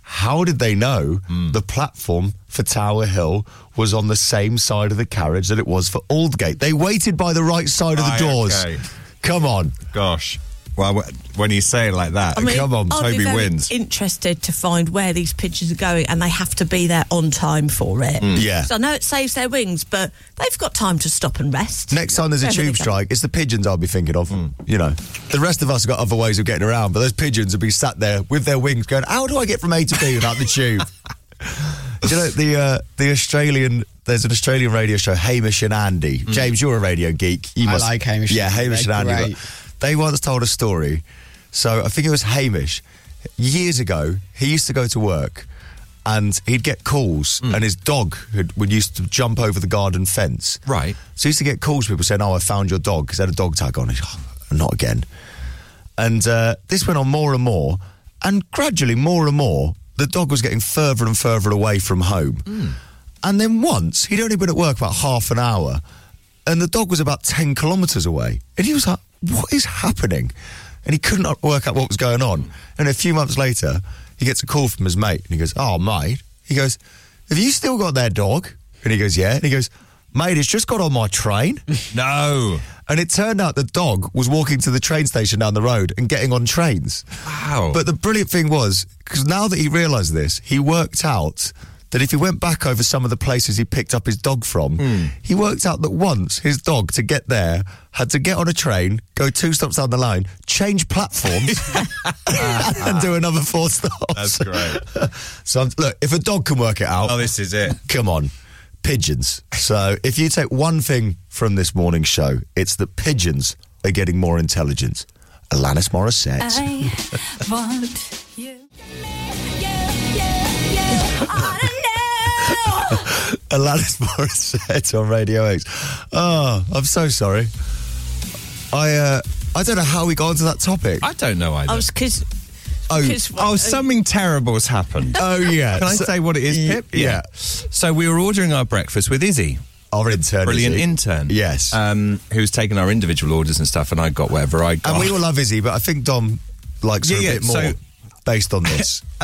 How did they know the platform for Tower Hill was on the same side of the carriage that it was for Aldgate? They waited by the right side of the Right, doors. okay. Come on. Gosh. Well, wh- when you say it like that, come on, I'd be Toby very wins. Interested to find where these pigeons are going, and they have to be there on time for it. Mm. Yeah. So I know it saves their wings, but they've got time to stop and rest. Next time there's a Wherever they tube go. strike, it's the pigeons I'll be thinking of. You know, the rest of us have got other ways of getting around, but those pigeons will be sat there with their wings going, How do I get from A to B without the tube? Do you know the uh, the Australian? There's an Australian radio show, Hamish and Andy. James, you're a radio geek. You Mm. I must, like Hamish and Yeah, Andy. Hamish They're and Andy. great. but They once told a story. So I think it was Hamish years ago. He used to go to work, and he'd get calls, Mm. and his dog had, would used to jump over the garden fence. Right. So he used to get calls from people saying, "Oh, I found your dog because they had a dog tag on it." Not again. And uh, this went on more and more. And gradually, more and more, the dog was getting further and further away from home. And then once, he'd only been at work about half an hour, and the dog was about 10 kilometres away. And he was like, What is happening? And he couldn't work out what was going on. And a few months later, he gets a call from his mate, and he goes, Oh, mate. He goes, Have you still got that dog? And he goes, Yeah. And he goes, Mate, it's just got on my train. No. And it turned out the dog was walking to the train station down the road and getting on trains. Wow. But the brilliant thing was, because now that he realised this, he worked out that if he went back over some of the places he picked up his dog from, he worked out that once his dog to get there had to get on a train, go two stops down the line, change platforms, and do another four stops. That's great. so I'm- look, if a dog can work it out, Oh, this is it. come on, pigeons. So if you take one thing from this morning's show, it's that pigeons are getting more intelligent. Alanis Morissette. I want you. Alanis Morissette on Radio X. Oh, I'm so sorry. I uh, I don't know how we got onto that topic. I don't know I was because Oh, oh, something terrible's happened. Oh, yeah. Can I So- say what it is, Y- Pip? yeah. So we were ordering our breakfast with Izzy. Our intern, brilliant Izzy. intern, yes, um, who's taken our individual orders and stuff, and I got whatever I got. and we all love Izzy, but I think Dom likes her Yeah, a yeah, bit more so- based on this.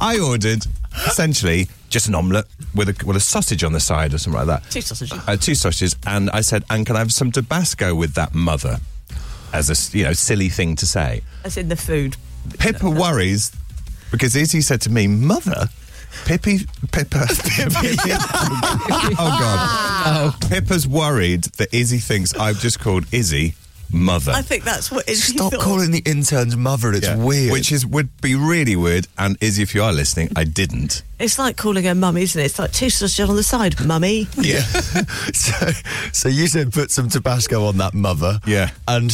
I ordered essentially just an omelette with a with a sausage on the side or something like that. Two sausages. Uh, two sausages, and I said, "And can I have some Tabasco with that, mother?" As a s- you know silly thing to say. That's in the food. Pippa worries because Izzy said to me, "Mother." Pippi, Pippa, Pippi. oh God! Uh, Pippa's worried that Izzy thinks I've just called Izzy mother. I think that's what is. Stop calling the intern's mother. It's Yeah. weird. Which is would be really weird. And Izzy, if you are listening, I didn't. It's like calling her mum, isn't it? It's like two sausages on the side, mummy. Yeah. so, so you said put some Tabasco on that mother. Yeah. And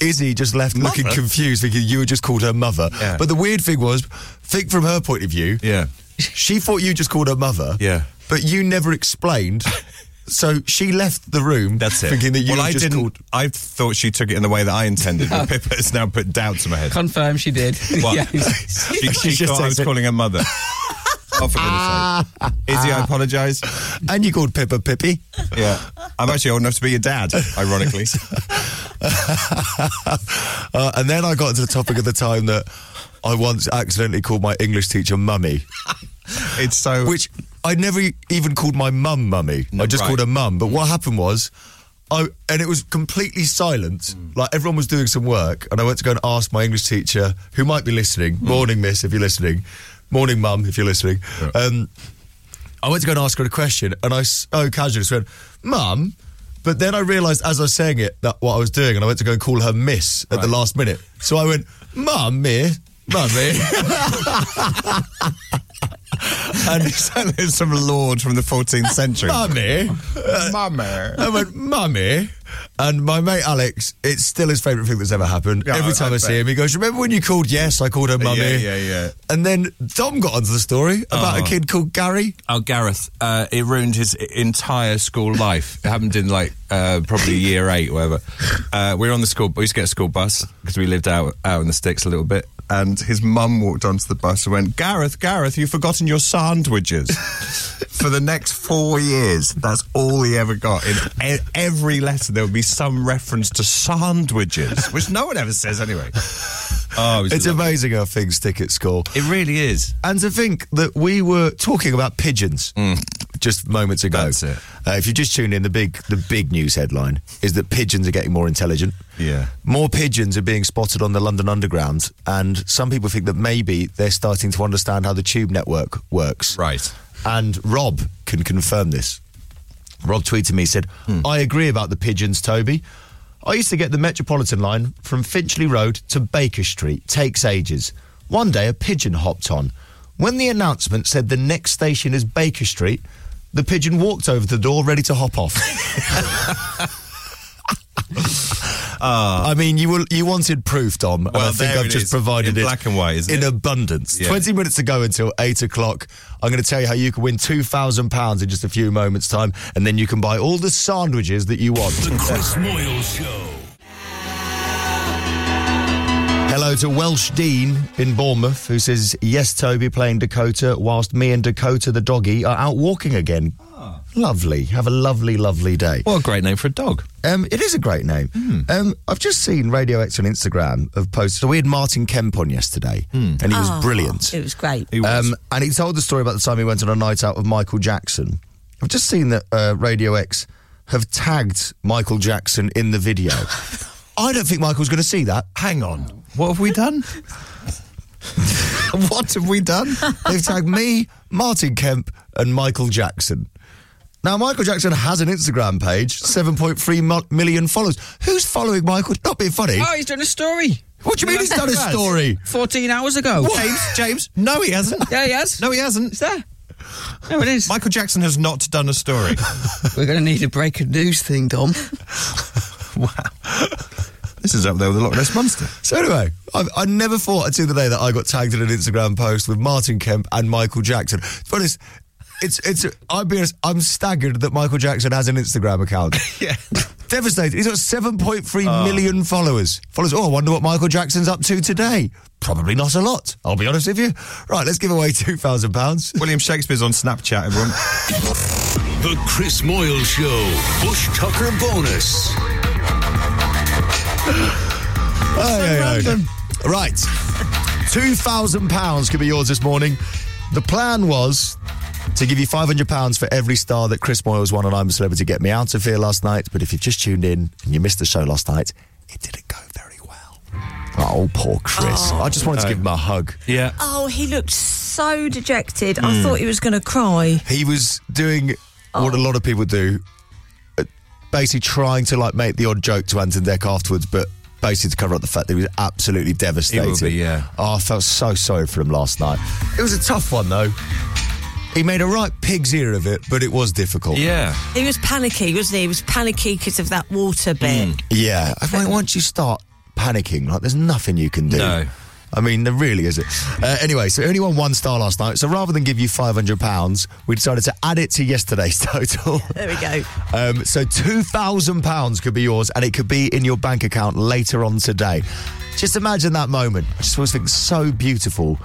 Izzy just left looking Mother? confused, thinking you had just called her mother. Yeah. But the weird thing was, think from her point of view. Yeah. She thought you just called her mother. Yeah. But you never explained. So she left the room That's it. thinking that you well, had I just didn't. called. I thought she took it in the way that I intended. But Pippa has now put doubts in my head. Confirm she did. What? Yeah. She, she just thought I was says it. calling her mother. Oh, for goodness sake. Ah. Izzy, I apologise. And you called Pippa Pippi. Yeah. I'm actually old enough to be your dad, ironically. Uh, and then I got to the topic of the time that I once accidentally called my English teacher mummy. It's so. which I never even called my mum mummy. I just right. Mm. called her mum. But what happened was, I and it was completely silent. Mm. Like everyone was doing some work, and I went to go and ask my English teacher, who might be listening. Mm. Morning, miss, if you're listening. Morning, mum, if you're listening. Um, I went to go and ask her a question, and I so casually just went, "Mum." But then I realised as I was saying it that what I was doing, and I went to go and call her Miss at the last minute. So I went, "Mum, Miss, Mummy." and It's some lord from the 14th century. Uh, mummy. Mummer. I went, mummy. And my mate Alex, it's still his favourite thing that's ever happened. Yeah, Every I- time I, I see bet. him, he goes, Remember when you called yes? I called her mummy. Yeah, yeah, yeah. And then Dom got onto the story about Oh. a kid called Gary. Oh, Gareth, uh, it ruined his entire school life. It happened in like uh, probably year eight, or whatever. Uh, we were on the school. We used to get a school bus because we lived out out in the sticks a little bit. And his mum walked onto the bus and went, "Gareth, Gareth, you've forgotten your sandwiches." For the next four years, that's all he ever got. In e- every letter, there would be some reference to sandwiches, which no one ever says anyway. Oh, It's amazing how things stick at school. it really is. And to think that we were talking about pigeons just moments ago. Mm. That's it. Uh, if you just tuned in, the big the big news headline is that pigeons are getting more intelligent. Yeah. More pigeons are being spotted on the London Underground, and some people think that maybe they're starting to understand how the tube network works. Right. And Rob can confirm this. Rob tweeted me, said, Hmm. I agree about the pigeons, Toby. I used to get the Metropolitan line from Finchley Road to Baker Street. Takes ages. One day a pigeon hopped on. When the announcement said the next station is Baker Street, the pigeon walked over the door ready to hop off. I mean, you were, you wanted proof, Dom, and Ah. Well, I think there I've it just is, provided in it black and white, isn't in it? abundance. Yeah. Twenty minutes to go until eight o'clock. I'm going to tell you how you can win two thousand pounds in just a few moments' time, and then you can buy all the sandwiches that you want. The Chris Moyle Show. Hello to Welsh Dean in Bournemouth, who says, Yes, Toby, playing Dakota, whilst me and Dakota the doggy are out walking again. Lovely. Have a lovely, lovely day. Ah. What a great name for a dog. Hmm. Um, it is a great name. Um, I've just seen Radio X on Instagram have posted. So we had Martin Kemp on yesterday, Hmm. and he was Oh, brilliant. It was great. Um, and he told the story about the time he went on a night out with Michael Jackson. I've just seen that uh, Radio X have tagged Michael Jackson in the video. I don't think Michael's going to see that. Hang on. What have we done? what have we done? They've tagged me, Martin Kemp, and Michael Jackson. Now, Michael Jackson has an Instagram page, 7.3 mo- million followers. Who's following Michael? Not being funny. Oh, he's done a story. What do you mean he's done a story? 14 hours ago. What? James, James, no, he hasn't. Yeah, he has. No, he hasn't. It's there. No, it is. Michael Jackson has not done a story. We're going to need a break of news thing, Dom. This is up there with the Loch Ness Monster. So anyway, I, I never thought until the day that I got tagged in an Instagram post with Martin Kemp and Michael Jackson. To be honest, it's it's. I'll be honest. I'm staggered that Michael Jackson has an Instagram account. yeah. Devastated. He's got 7.3 Oh. million followers. Followers. Oh, I wonder what Michael Jackson's up to today. Probably not a lot. I'll be honest with you. Right, let's give away two thousand pounds. William Shakespeare's on Snapchat, everyone. The Chris Moyle Show Bush Tucker Bonus. Right. £2,000 could be yours this morning. The plan was to give you £500 for every star that Chris Moyle's won on I'm a Celebrity Get Me Out of Here last night. But if you've just tuned in and you missed the show last night, it didn't go very well. Oh, poor Chris. Oh. I just wanted to No. give him a hug. Yeah. Oh, he looked so dejected. Hmm. I thought he was going to cry. He was doing what a lot of people do, uh, basically trying to like make the odd joke to Anton Deck afterwards, but basically to cover up the fact that he was absolutely devastated. be, yeah. Oh, I felt so sorry for him last night. It was a tough one though. He made a right pig's ear of it, but it was difficult. Yeah. He was panicky, wasn't he? He was panicky because of that water bit. Hmm. Yeah. I mean, once you start panicking, like there's nothing you can do. No. I mean, there really isn't. Uh, anyway, so he only won one star last night. So rather than give you £500, we decided to add it to yesterday's total. There we go. Um, so two thousand pounds could be yours, and it could be in your bank account later on today. Just imagine that moment. I just always think it's so beautiful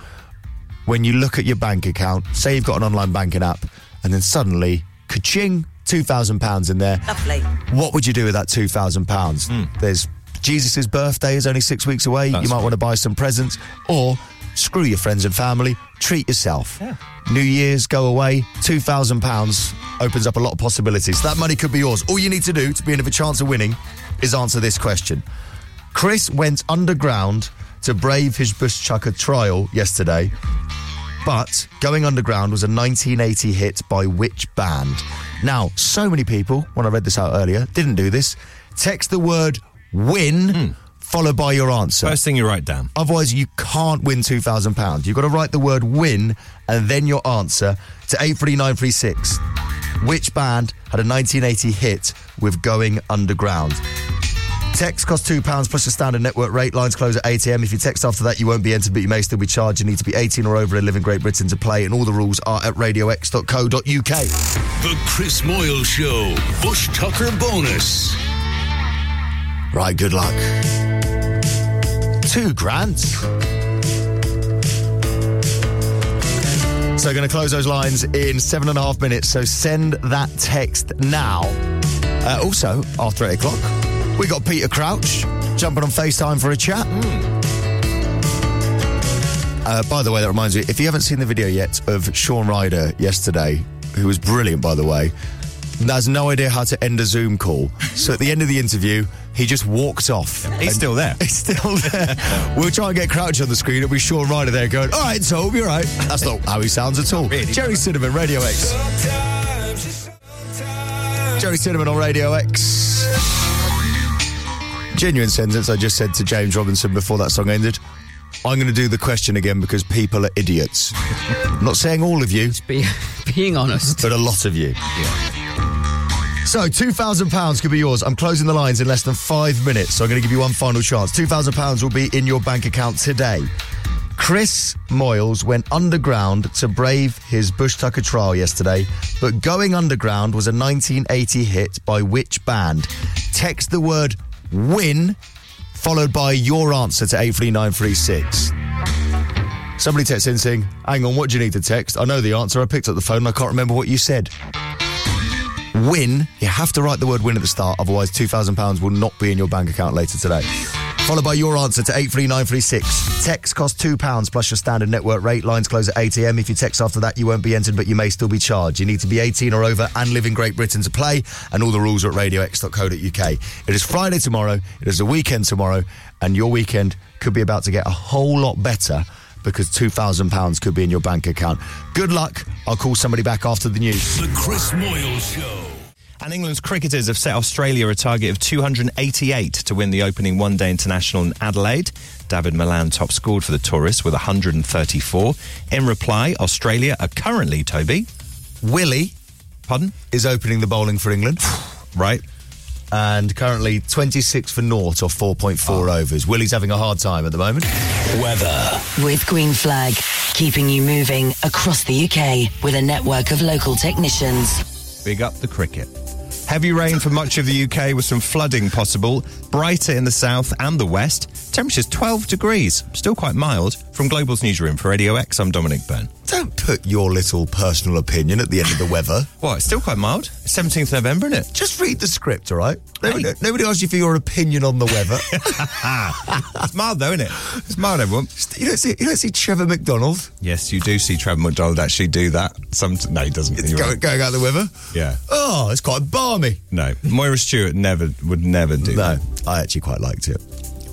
when you look at your bank account. Say you've got an online banking app, and then suddenly, ka-ching, two thousand pounds in there. Lovely. What would you do with that two thousand pounds? There's Jesus' birthday is only six weeks away. you might want to buy some presents, or screw your friends and family, treat yourself. New Year's, go away. Two thousand pounds opens up a lot of possibilities. That money could be yours. All you need to do to be in with a chance of winning is answer this question. Chris went underground to brave his bush chucker trial yesterday. But Going Underground was a 1980 hit by which band? Now, so many people, when I read this out earlier, didn't do this. Text the word win followed by your answer. Hmm. First thing you write down. Otherwise, you can't win £2,000. You've got to write the word win and then your answer to 83936. Which band had a 1980 hit with Going Underground? Text costs £2 plus the standard network rate. Lines close at 8 a.m. If you text after that, you won't be entered, but you may still be charged. You need to be 18 or over and live in Great Britain to play, and all the rules are at radiox.co.uk. The Chris Moyle Show Bush Tucker Bonus. Right, good luck. Two grand. So, going to close those lines in seven and a half minutes. So, send that text now. Uh, also, after eight o'clock, we got Peter Crouch jumping on FaceTime for a chat. Uh, by the way, that reminds me if you haven't seen the video yet of Sean Ryder yesterday, who was brilliant, by the way, has no idea how to end a Zoom call. So at the end of the interview, he just walked off. He's And- still there. He's still there. we'll try and get Crouch on the screen. It'll be Sean Ryder there going, All right, so you're right. That's not how he sounds at all. Jerry Cinnamon, Radio X. Jerry Cinnamon on Radio X. Genuine sentence I just said to James Robinson before that song ended. I'm going to do the question again because people are idiots. I'm not saying all of you. being honest. But a lot of you. So, £2,000 could be yours. I'm closing the lines in less than five minutes, so I'm going to give you one final chance. £2,000 will be in your bank account today. Chris Moyles went underground to brave his Bush Tucker trial yesterday, but Going Underground was a 1980 hit by which band? Text the word win, followed by your answer to 83936. Somebody texts in saying, Hang on, what do you need to text? I know the answer. I picked up the phone and I can't remember what you said. Win, you have to write the word win at the start, otherwise £2,000 will not be in your bank account later today. Followed by your answer to 83936. Text costs £2 plus your standard network rate. Lines close at 8 am. If you text after that, you won't be entered, but you may still be charged. You need to be 18 or over and live in Great Britain to play, and all the rules are at radiox.co.uk. It is Friday tomorrow, it is a weekend tomorrow, and your weekend could be about to get a whole lot better because £2,000 could be in your bank account. Good luck. I'll call somebody back after the news. The Chris Moyle Show. And England's cricketers have set Australia a target of 288 to win the opening one day international in Adelaide. David Milan top scored for the tourists with 134. In reply, Australia are currently, Toby. Willie. Pardon? Is opening the bowling for England. right. And currently 26 for naught or 4.4 overs. Willie's having a hard time at the moment. Ah. Weather. With Green Flag, keeping you moving across the UK with a network of local technicians. Big up the cricket. Heavy rain for much of the UK with some flooding possible. Brighter in the south and the west. Temperatures 12 degrees, still quite mild. From Global's newsroom for Radio X, I'm Dominic Byrne. Don't put your little personal opinion at the end of the weather. Well, it's still quite mild. It's 17th November, isn't it? Just read the script, all right? Nobody, nobody asks you for your opinion on the weather. it's mild, though, isn't it? It's mild, everyone. You don't see, you don't see Trevor McDonald Yes, you do see Trevor McDonald actually do that. Some no, he doesn't. You're go- right. going out the weather. Yeah. Oh, it's quite balmy. No, Moira Stewart never would never do No, that. I actually quite liked it.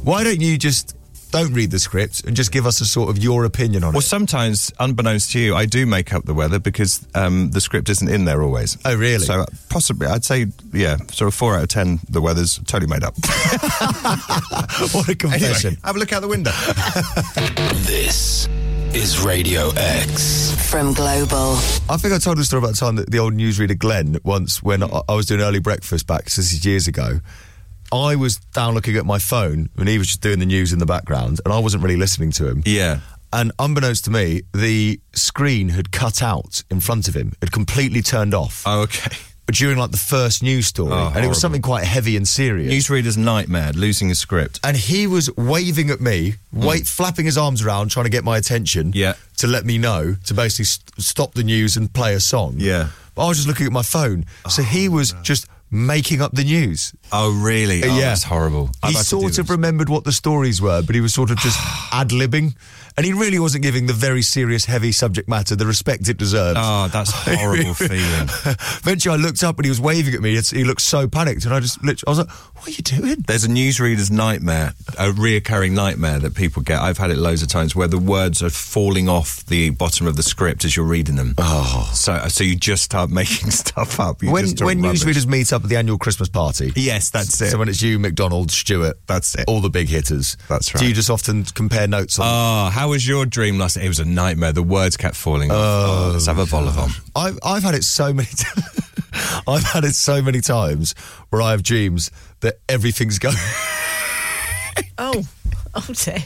Why don't you just don't read the script and just give us a sort of your opinion on Well, it? sometimes, unbeknownst to you, I do make up the weather because um, the script isn't in there always. Oh, really? So uh, possibly, I'd say, yeah, sort of four out of ten. The weather's totally made up. what a confession. Anyway, have a look out the window. This is Radio X. From Global. I think I told the story about the time that the old newsreader Glenn once, when I, I was doing early breakfast back so this is years ago, I was down looking at my phone and he was just doing the news in the background and I wasn't really listening to him. Yeah. And unbeknownst to me, the screen had cut out in front of him, had completely turned off Oh, okay. during like the first news story. Oh, and it was horrible. something quite heavy and serious. Newsreader's nightmare, losing a script. Hmm. and he was waving at me, wait, flapping his arms around, trying to get my attention. Yeah. To let me know to basically st- stop the news and play a song. Yeah. But I was just looking at my phone, so he was just making up the news. Oh, really? Oh, yeah, that's horrible. I've he had to do sort of this. remembered what the stories were, but he was sort of just ad libbing, and he really wasn't giving the very serious, heavy subject matter the respect it deserved. Oh, that's a horrible feeling. Eventually, I looked up and he was waving at me. It's- He looked so panicked, and I just literally, I was like, "What are you doing?" There's a newsreader's nightmare, a reoccurring nightmare that people get. I've had it loads of times where the words are falling off the bottom of the script as you're reading them. Oh, so so you just start making stuff up. You when just talk when rubbish. newsreaders meet up at the annual Christmas party, Yes, that's it. So when it's you, McDonald, Stewart, That's it. all the big hitters. That's Do you right. just often compare notes on? Ah, Oh, how was your dream last night? It was a nightmare. The words kept falling off. Oh, let's have a Volavom. I've I've had it so many. T- I've had it so many times where I have dreams that everything's going. Oh, oh dear.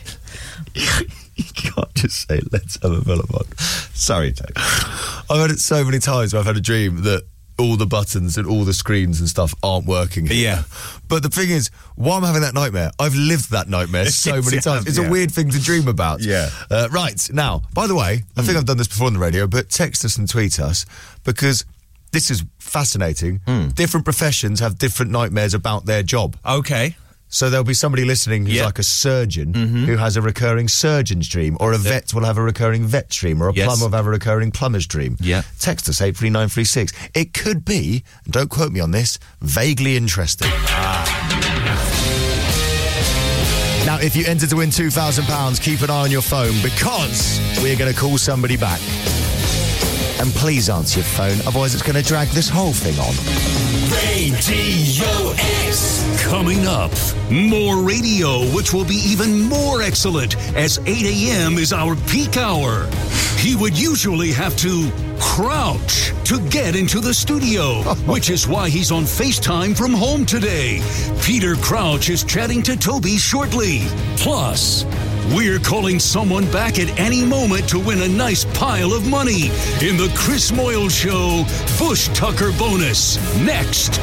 you can't just say let's have a Velvet. Sorry, Dave. I've had it so many times where I've had a dream that all the buttons and all the screens and stuff aren't working. Yeah. But the thing is, while I'm having that nightmare, I've lived that nightmare so Yes, many you times. have, It's a yeah. weird thing to dream about. Yeah. Hmm. Uh, right. Now, by the way, I think I've done this before on the radio, but text us and tweet us because this is fascinating. Hmm. Different professions have different nightmares about their job. Okay. So there'll be somebody listening who's Yeah. Mm-hmm. like a surgeon who has a recurring surgeon's dream, or a vet will have a recurring vet's dream, or a Yes. plumber will have a recurring plumber's dream. Yeah. Text us 83936. It could be, and don't quote me on this, vaguely interesting. Now, if you enter to win £2,000, keep an eye on your phone because we're going to call somebody back. And please answer your phone, otherwise it's going to drag this whole thing on. Radio X. Coming up, more radio, which will be even more excellent as 8 a.m. is our peak hour. He would usually have to crouch to get into the studio, which is why he's on FaceTime from home today. Peter Crouch is chatting to Toby shortly. Plus, we're calling someone back at any moment to win a nice pile of money in the Chris Moyle Show Bush Tucker bonus. Next,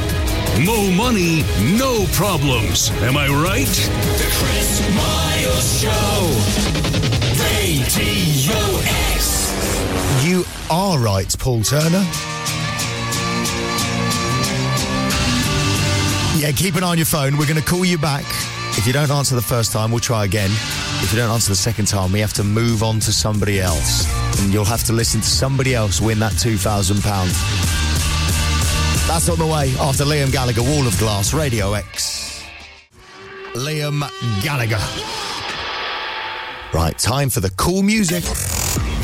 Mo Money, no problems. Am I right? The Chris Miles Show. Radio X. You are right, Paul Turner. Yeah, keep an eye on your phone. We're going to call you back. If you don't answer the first time, we'll try again. If you don't answer the second time, we have to move on to somebody else. And you'll have to listen to somebody else win that £2,000. That's on the way after Liam Gallagher, Wall of Glass, Radio X. Liam Gallagher. Right, time for the cool music.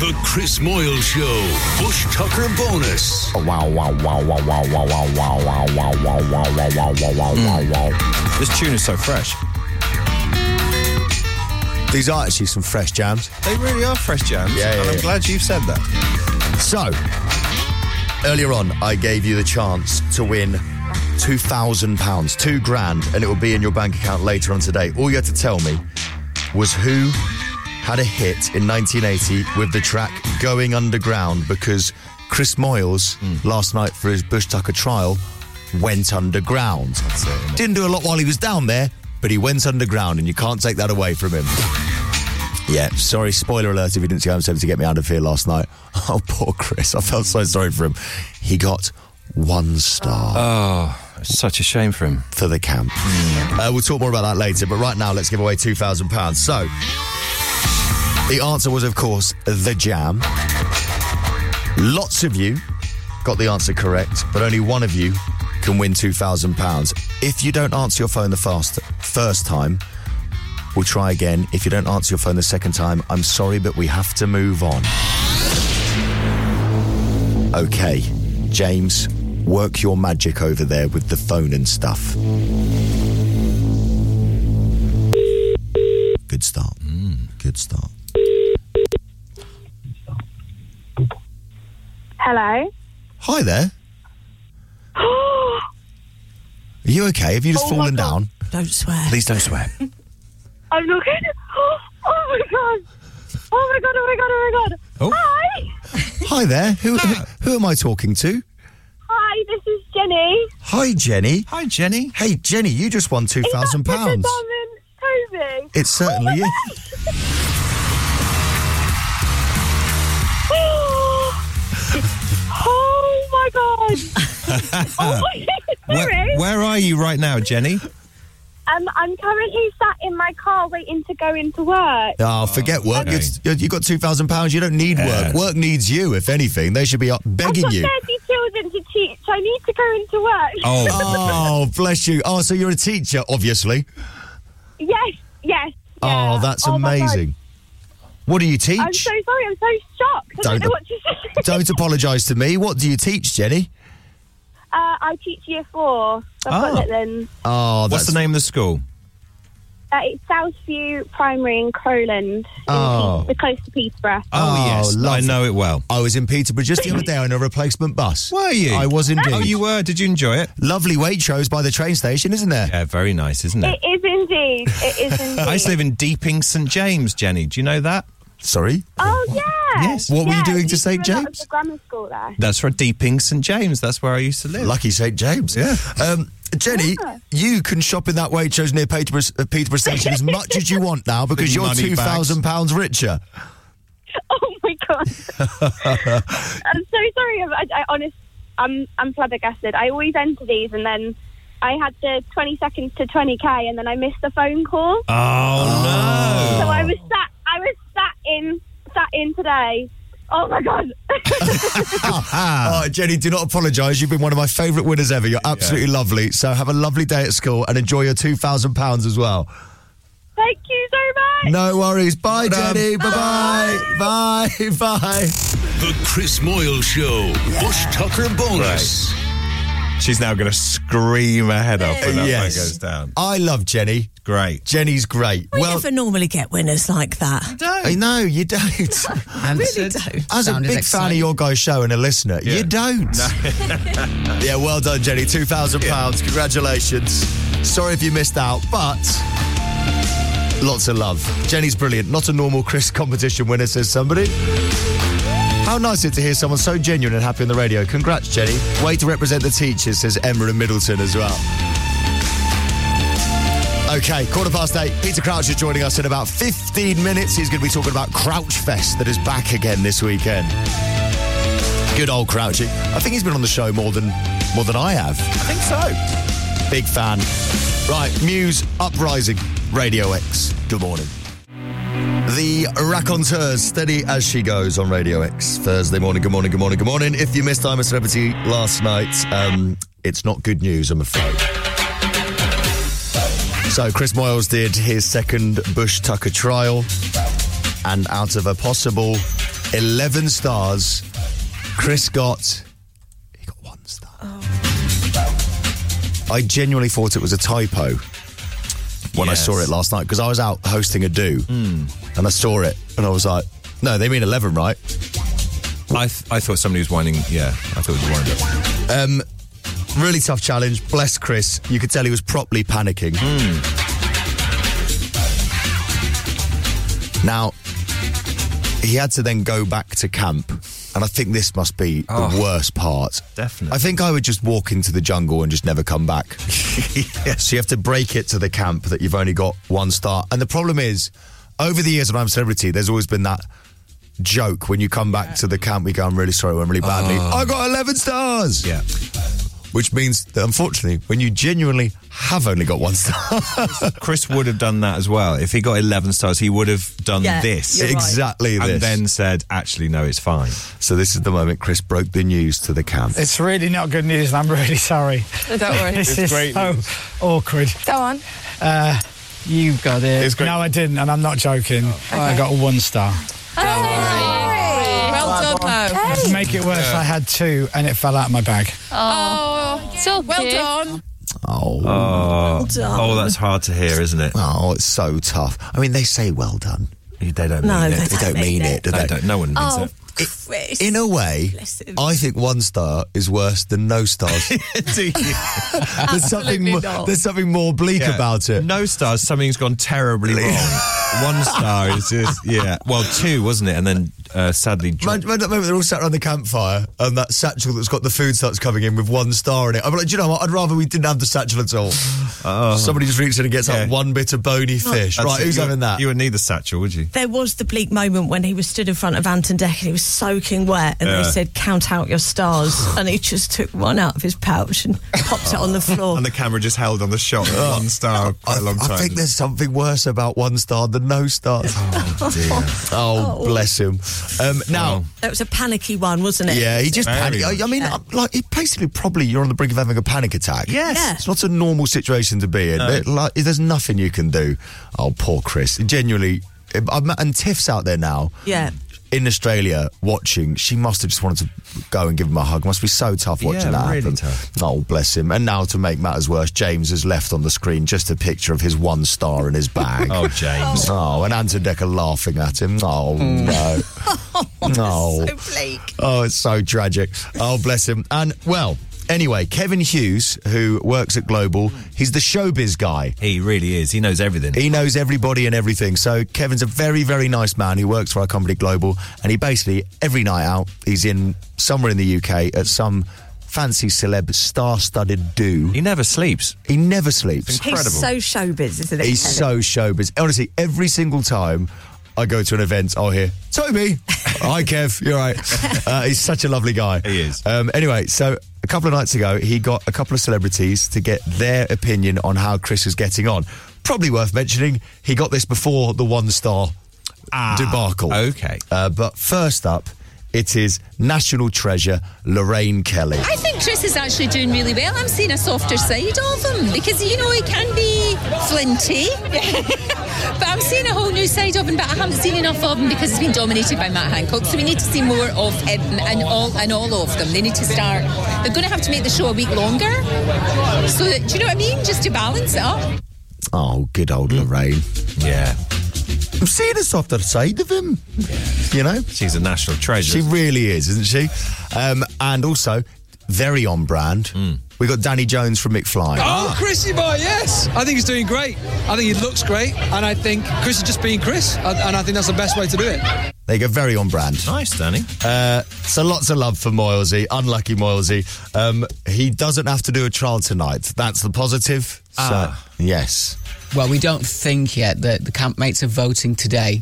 The Chris Moyle Show Bush Tucker Bonus. Wow, wow, wow, wow, wow, wow, wow, wow, wow, wow, wow, wow, wow, wow, wow, wow, wow, wow. This tune is so fresh. These are actually some fresh jams. They really are fresh jams. Yeah, yeah, and I'm yeah. glad you've said that. So, earlier on, I gave you the chance to win two thousand pounds, two grand, and it will be in your bank account later on today. All you had to tell me was who had a hit in 1980 with the track "Going Underground" because Chris Moyles Hmm. last night for his Bush Tucker trial went underground. Didn't do a lot while he was down there, but he went underground, and you can't take that away from him. Yeah, sorry, spoiler alert if you didn't see I'm to get me out of here last night. Oh, poor Chris. I felt so sorry for him. He got one star. Oh, it's such a shame for him. Hmm. For the camp. Uh, we'll talk more about that later, but right now, let's give away £2,000. So, the answer was, of course, the jam. Lots of you got the answer correct, but only one of you can win £2,000. If you don't answer your phone the fast, first time, We'll try again. If you don't answer your phone the second time, I'm sorry, but we have to move on. Okay, James, work your magic over there with the phone and stuff. Good start. Hmm, Good start. Hello. Hi there. Are you okay? Have you just Oh my fallen God. down? Don't swear. Please don't swear. I'm looking. Oh my god. Oh my god. Oh my god. Oh my god. Oh. Hi. Hi there. Who, who who am I talking to? Hi. This is Jenny. Hi, Jenny. Hi, Jenny. Hey, Jenny, you just won two thousand pounds. Toby. It certainly is. oh my Uh, god. oh my where, Sorry. where are you right now, Jenny? Um, I'm currently sat in my car waiting to go into work. Oh, forget work. Okay. It's- you- You've got two thousand pounds. You don't need work. Work needs you. If anything, they should be up begging I've got you. 30 children to teach. I need to go into work. oh, bless you. Oh, so you're a teacher, obviously. yes. Yes. Oh, that's Oh, my God. amazing. What do you teach? I'm so sorry. I'm so shocked. I don't, Don't- know what to say. don't apologise to me. What do you teach, Jenny? Uh, I teach year four. So I've Ah. got Litland. Oh, What's the name of the school? Uh, it's Southview Primary in Crowland, Oh. the close to Peterborough. Oh, Ah, yes. I know it well. Oh, I was in Peterborough just the other day on a replacement bus. Were you? I was indeed. Oh, you were. Did you enjoy it? Lovely wait shows by the train station, isn't there? Yeah, very nice, isn't it? It is indeed. It is indeed. I used to live in Deeping St James, Jenny. Do you know that? Sorry? oh yeah. Yes. What were you Yeah, doing to used St. do a lot of James? the grammar school there. That's right, Deeping St James. That's where I used to live. Lucky St James. Yeah. Um, Jenny, you can shop in that Waitrose near Peterborough, uh, Peterborough Station as much as you want now because Big you're money two bags. thousand pounds richer. Oh my god. I'm so sorry. I, I honest. I'm I'm flabbergasted. I always enter these and then. I had the 20 seconds to 20k, and then I missed the phone call. Oh, So I was sat, I was sat in, sat in today. Oh my god! Ah, Oh, Jenny, do not apologise. You've been one of my favourite winners ever. You're absolutely lovely. So have a lovely day at school and enjoy your two thousand pounds as well. Thank you so much. No worries. Bye, Well done. Jenny. Bye bye. Bye bye. The Chris Moyle Show Bush Tucker Bonus. She's now going to scream her head off when that Yes. phone goes down. I love Jenny. Great. Jenny's great. We well, never normally get winners like that. I know you don't. really don't. As a big fan of your guys' show and a listener, you don't. yeah, well done, Jenny. Two thousand pounds. Congratulations. Sorry if you missed out, but lots of love. Jenny's brilliant. Not a normal Chris competition winner, says somebody. How nice it to hear someone so genuine and happy on the radio. Congrats, Jenny. Way to represent the teachers, says Emma in Middleton as well. Okay, quarter past eight. Peter Crouch is joining us in about 15 minutes. He's going to be talking about Crouch Fest that is back again this weekend. Good old Crouchy. I think he's been on the show more than more than I have. I think so. Big fan. Right, Muse Uprising, Radio X. Good morning. The raconteurs, steady as she goes on Radio X. Thursday morning, good morning, good morning, good morning. If you missed I'm a Celebrity last night, um, it's not good news, I'm afraid. So Chris Moyles did his second Bush Tucker trial. And out of a possible 11 stars, Chris got. He got one star. I genuinely thought it was a typo when I saw it last night because I was out hosting a do Mm. Hmm. and I saw it and I was like, no, they mean 11, right? I, th- I thought somebody was whining. Yeah, I thought it was whining. Um, really tough challenge. Bless Chris. You could tell he was properly panicking. Hmm. Now, he had to then go back to camp. And I think this must be Ah. the worst part. Definitely. I think I would just walk into the jungle and just never come back. So you have to break it to the camp that you've only got one star. And the problem is, over the years when I'm celebrity, there's always been that joke when you come back to the camp, we go, I'm really sorry, I went really badly. I got 11 stars. Ah. Yeah. Which means that unfortunately, when you genuinely have only got one star, Chris would have done that as well. If he got 11 stars, he would have done Yeah, this. you're right. Exactly and this. then said, actually, no, it's fine. So this is the moment Chris broke the news to the camp. It's really not good news, and I'm really sorry. Don't worry. this is It's great so awkward. Go on. Uh, you got it. No, I didn't, and I'm not joking. Oh. I got a one star. Well done, though. To make it worse, I had two, and it fell out of my bag. Oh, well done. Oh, Well done. oh, that's hard to hear, isn't it? Oh, it's so tough. I mean, they say well done. They don't No, mean it. They don't mean it. do No, they? don't- no one means Oh, it. it. In a way, I think one star is worse than no stars. there's something Absolutely more, not. there's something more bleak Yeah. about it. No stars, something's gone terribly wrong. One star is just, yeah. Well, two, wasn't it? And then uh, sadly, dro- Man, man, that moment they're all sat around the campfire and that satchel that's got the food starts coming in with one star in it. I'm like, do you know what? I'd rather we didn't have the satchel at all. Somebody just reaches in and gets out one bit of bony fish. That's right, it. who's You- having that? You would need the satchel, would you? There was the bleak moment when he was stood in front of Anton Deck and he was soaking wet, and they Yeah. said, "Count out your stars," and he just took one out of his pouch and Oh, popped it on the floor. And the camera just held on the shot at one star quite a long I time. think there's something worse about one star than no stars. Oh, Oh. bless him. Oh, Um, now, That was a panicky one, wasn't it? yeah, he just panicked. panicked. I, I mean, I'm like, it basically probably you're on the brink of having a panic attack. Yes. Yeah. It's not a normal situation to be in. No. It- like, there's nothing you can do. Oh, poor Chris. Genuinely, I'm, and Tiff's out there now. yeah. in Australia watching, she must have just wanted to go and give him a hug. Must be so tough watching Yeah, that really happen. Oh, bless him. And now to make matters worse, James has left on the screen just a picture of his one star in his bag. oh, James. Oh, and Anton Decker laughing at him. Oh, Hmm. no. no. Oh, it's so tragic. Oh, bless him. And, well, anyway, Kevin Hughes, who works at Global, he's the showbiz guy. He really is. He knows everything. He knows everybody and everything. So Kevin's a very, very nice man who works for our company Global, and he basically every night out he's in somewhere in the UK at some fancy celeb star-studded do. He never sleeps. He never sleeps. He's so showbiz, isn't he? He's so showbiz. Honestly, every single time I go to an event, I'll hear Toby. Hi, Kev. You're right. Uh, he's such a lovely guy. He is. Um, anyway, so a couple of nights ago, he got a couple of celebrities to get their opinion on how Chris is getting on. Probably worth mentioning, he got this before the one star Ah. debacle. Okay. Uh, but first up, it is national treasure Lorraine Kelly. I think Chris is actually doing really well. I'm seeing a softer side of him because you know he can be flinty, but I'm seeing a whole new side of him. But I haven't seen enough of him because he's been dominated by Matt Hancock. So we need to see more of him and all and all of them. They need to start. They're going to have to make the show a week longer. So that, do you know what I mean? Just to balance it up. Oh, good old Lorraine. Hmm. Yeah. I'm seeing a softer side of him. You know? She's a national treasure. She really is, isn't she? Um, and also, very on brand. Hmm. We got Danny Jones from McFly. Ah! Oh, Chrissy boy, yes. I think he's doing great. I think he looks great, and I think Chris is just being Chris, and and I think that's the best way to do it. They go very on brand. Nice, Danny. Uh, so lots of love for Moylesy, unlucky Moylesy. Um, he doesn't have to do a trial tonight. That's the positive. Ah. So, yes. Well, we don't think yet that the campmates are voting today.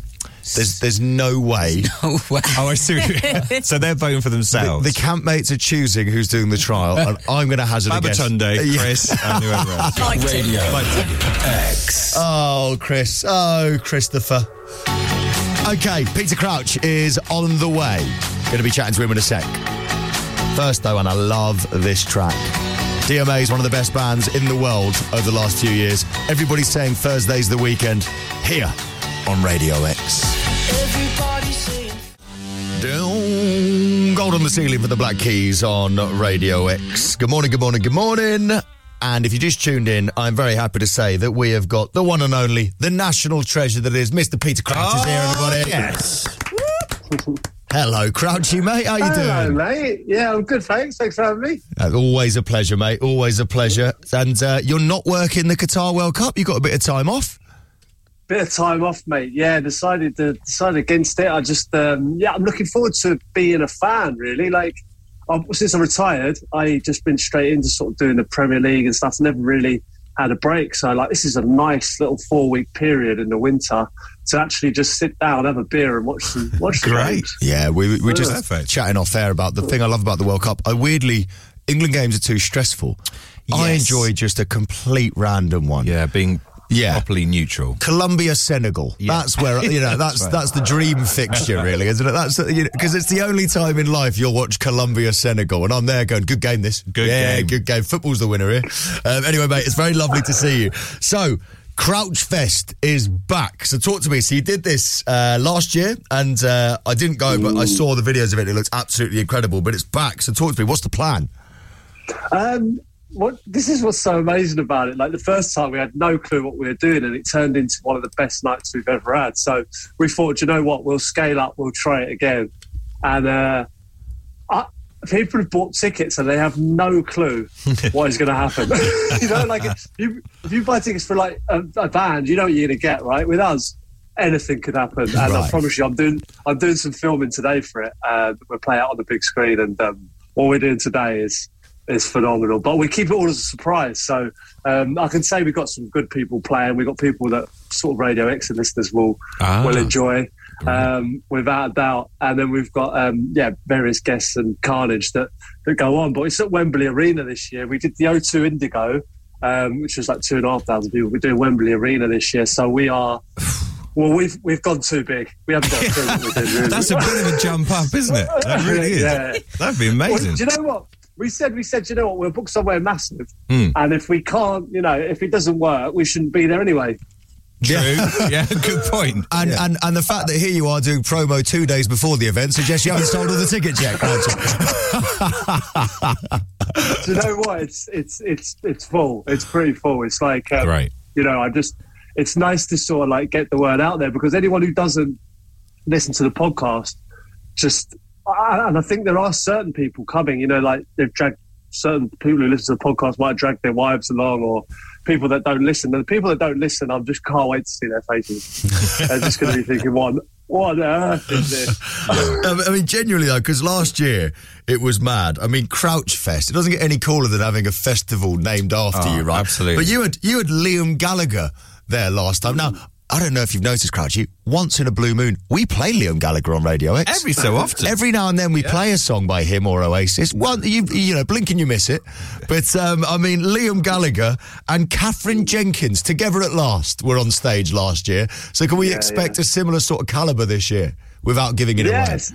There's there's no way. No way. Oh, I see. so they're voting for themselves. The campmates are choosing who's doing the trial, and I'm going to hazard a guess. Babatunde, Yeah. Chris, and whoever else. Radio X. Oh, Chris. Oh, Christopher. Okay, Peter Crouch is on the way. Going to be chatting to him in a sec. First, though, and I love this track. DMA is one of the best bands in the world over the last few years. Everybody's saying Thursday's the weekend here on Radio X. Everybody saying Doom. Gold on the ceiling for the Black Keys on Radio X. Good morning, good morning, good morning. And if you just tuned in, I'm very happy to say that we have got the one and only, the national treasure that is Mr. Peter Crouch is here, everybody. Ah, yes. Hello, Crouchy, mate. How you Hello, doing? mate. Yeah, I'm good, thanks. Thanks for having me. Uh, Always a pleasure, mate. Always a pleasure. And uh, you're not working the Qatar World Cup. You got a bit of time off. Bit of time off, mate. Yeah, decided to decide against it. I just, um, yeah, I'm looking forward to being a fan, really. Like, i since I retired, I just been straight into sort of doing the Premier League and stuff. Never really had a break. So, like, this is a nice little four week period in the winter to actually just sit down, have a beer, and watch some, watch the games. Yeah, we we- we're just Perfect. chatting off air about the thing I love about the World Cup. I weirdly, England games are too stressful. I Yes. enjoy just a complete random one. Yeah, being yeah properly neutral. Colombia, Senegal. That's where you know that's That's that's, right. the dream fixture, really, isn't it? That's because you know, 'cause it's the only time in life you'll watch Colombia, Senegal, and I'm there going, good game this, good yeah, game. good game. Football's the winner here. Um, anyway, mate, it's very lovely to see you. So. Crouch Fest is back. So talk to me. So you did this uh, last year, and uh, I didn't go, but I saw the videos of it. It looks absolutely incredible. But it's back. So talk to me. What's the plan? Um, what this is what's so amazing about it. Like the first time, we had no clue what we were doing, and it turned into one of the best nights we've ever had. So we thought, you know what, we'll scale up, we'll try it again. And uh, I, people have bought tickets and they have no clue what is going to happen. you know, like if you, if you buy tickets for like a, a band, you know what you're going to get, right? With us, anything could happen. And I Right. promise you, I'm doing I'm doing some filming today for it. Uh, that we'll play out on the big screen, and um, what we're doing today is is phenomenal. But we keep it all as a surprise. So um, I can say we've got some good people playing. We've got people that sort of Radio X listeners will Ah. will enjoy um, without a doubt. And then we've got um, yeah various guests and carnage that that go on. But it's at Wembley Arena this year. We did the O2 Indigo, um, which was like two and a half thousand people. We're doing Wembley Arena this year, so we are. Well, we've we've gone too big. We haven't got a clue what we're doing. really. That's a bit of a jump up, isn't it? That really is. Yeah. That'd be Well, amazing. do you know what? We said, we said, do you know what? We'll book somewhere massive, Hmm. and if we can't, you know, if it doesn't work, we shouldn't be there anyway. True. yeah, good point. And, and and the fact that here you are doing promo two days before the event suggests you haven't sold all the tickets yet. Crouch. do you know what? It's it's it's it's full. It's pretty full. It's like um, Right. You know, I just it's nice to sort of like get the word out there because anyone who doesn't listen to the podcast just I- and I think there are certain people coming. You know, like they've dragged certain people who listen to the podcast might drag their wives along or people that don't listen. And the people that don't listen, I just can't wait to see their faces. They're just going to be thinking, what on- what on earth is this? Um, I mean, genuinely though, because last year it was mad. I mean, Crouch Fest. It doesn't get any cooler than having a festival named after Oh, you, right? absolutely. But you had you had Liam Gallagher there last time. Now I don't know if you've noticed, Crouchy. Once in a blue moon, we play Liam Gallagher on Radio X. Every so often. Every now and then we play a song by him or Oasis. One, you you know, blink and you miss it. But um, I mean, Liam Gallagher and Catherine Jenkins together at last were on stage last year. So can we Yeah, expect a similar sort of caliber this year without giving it away? yes.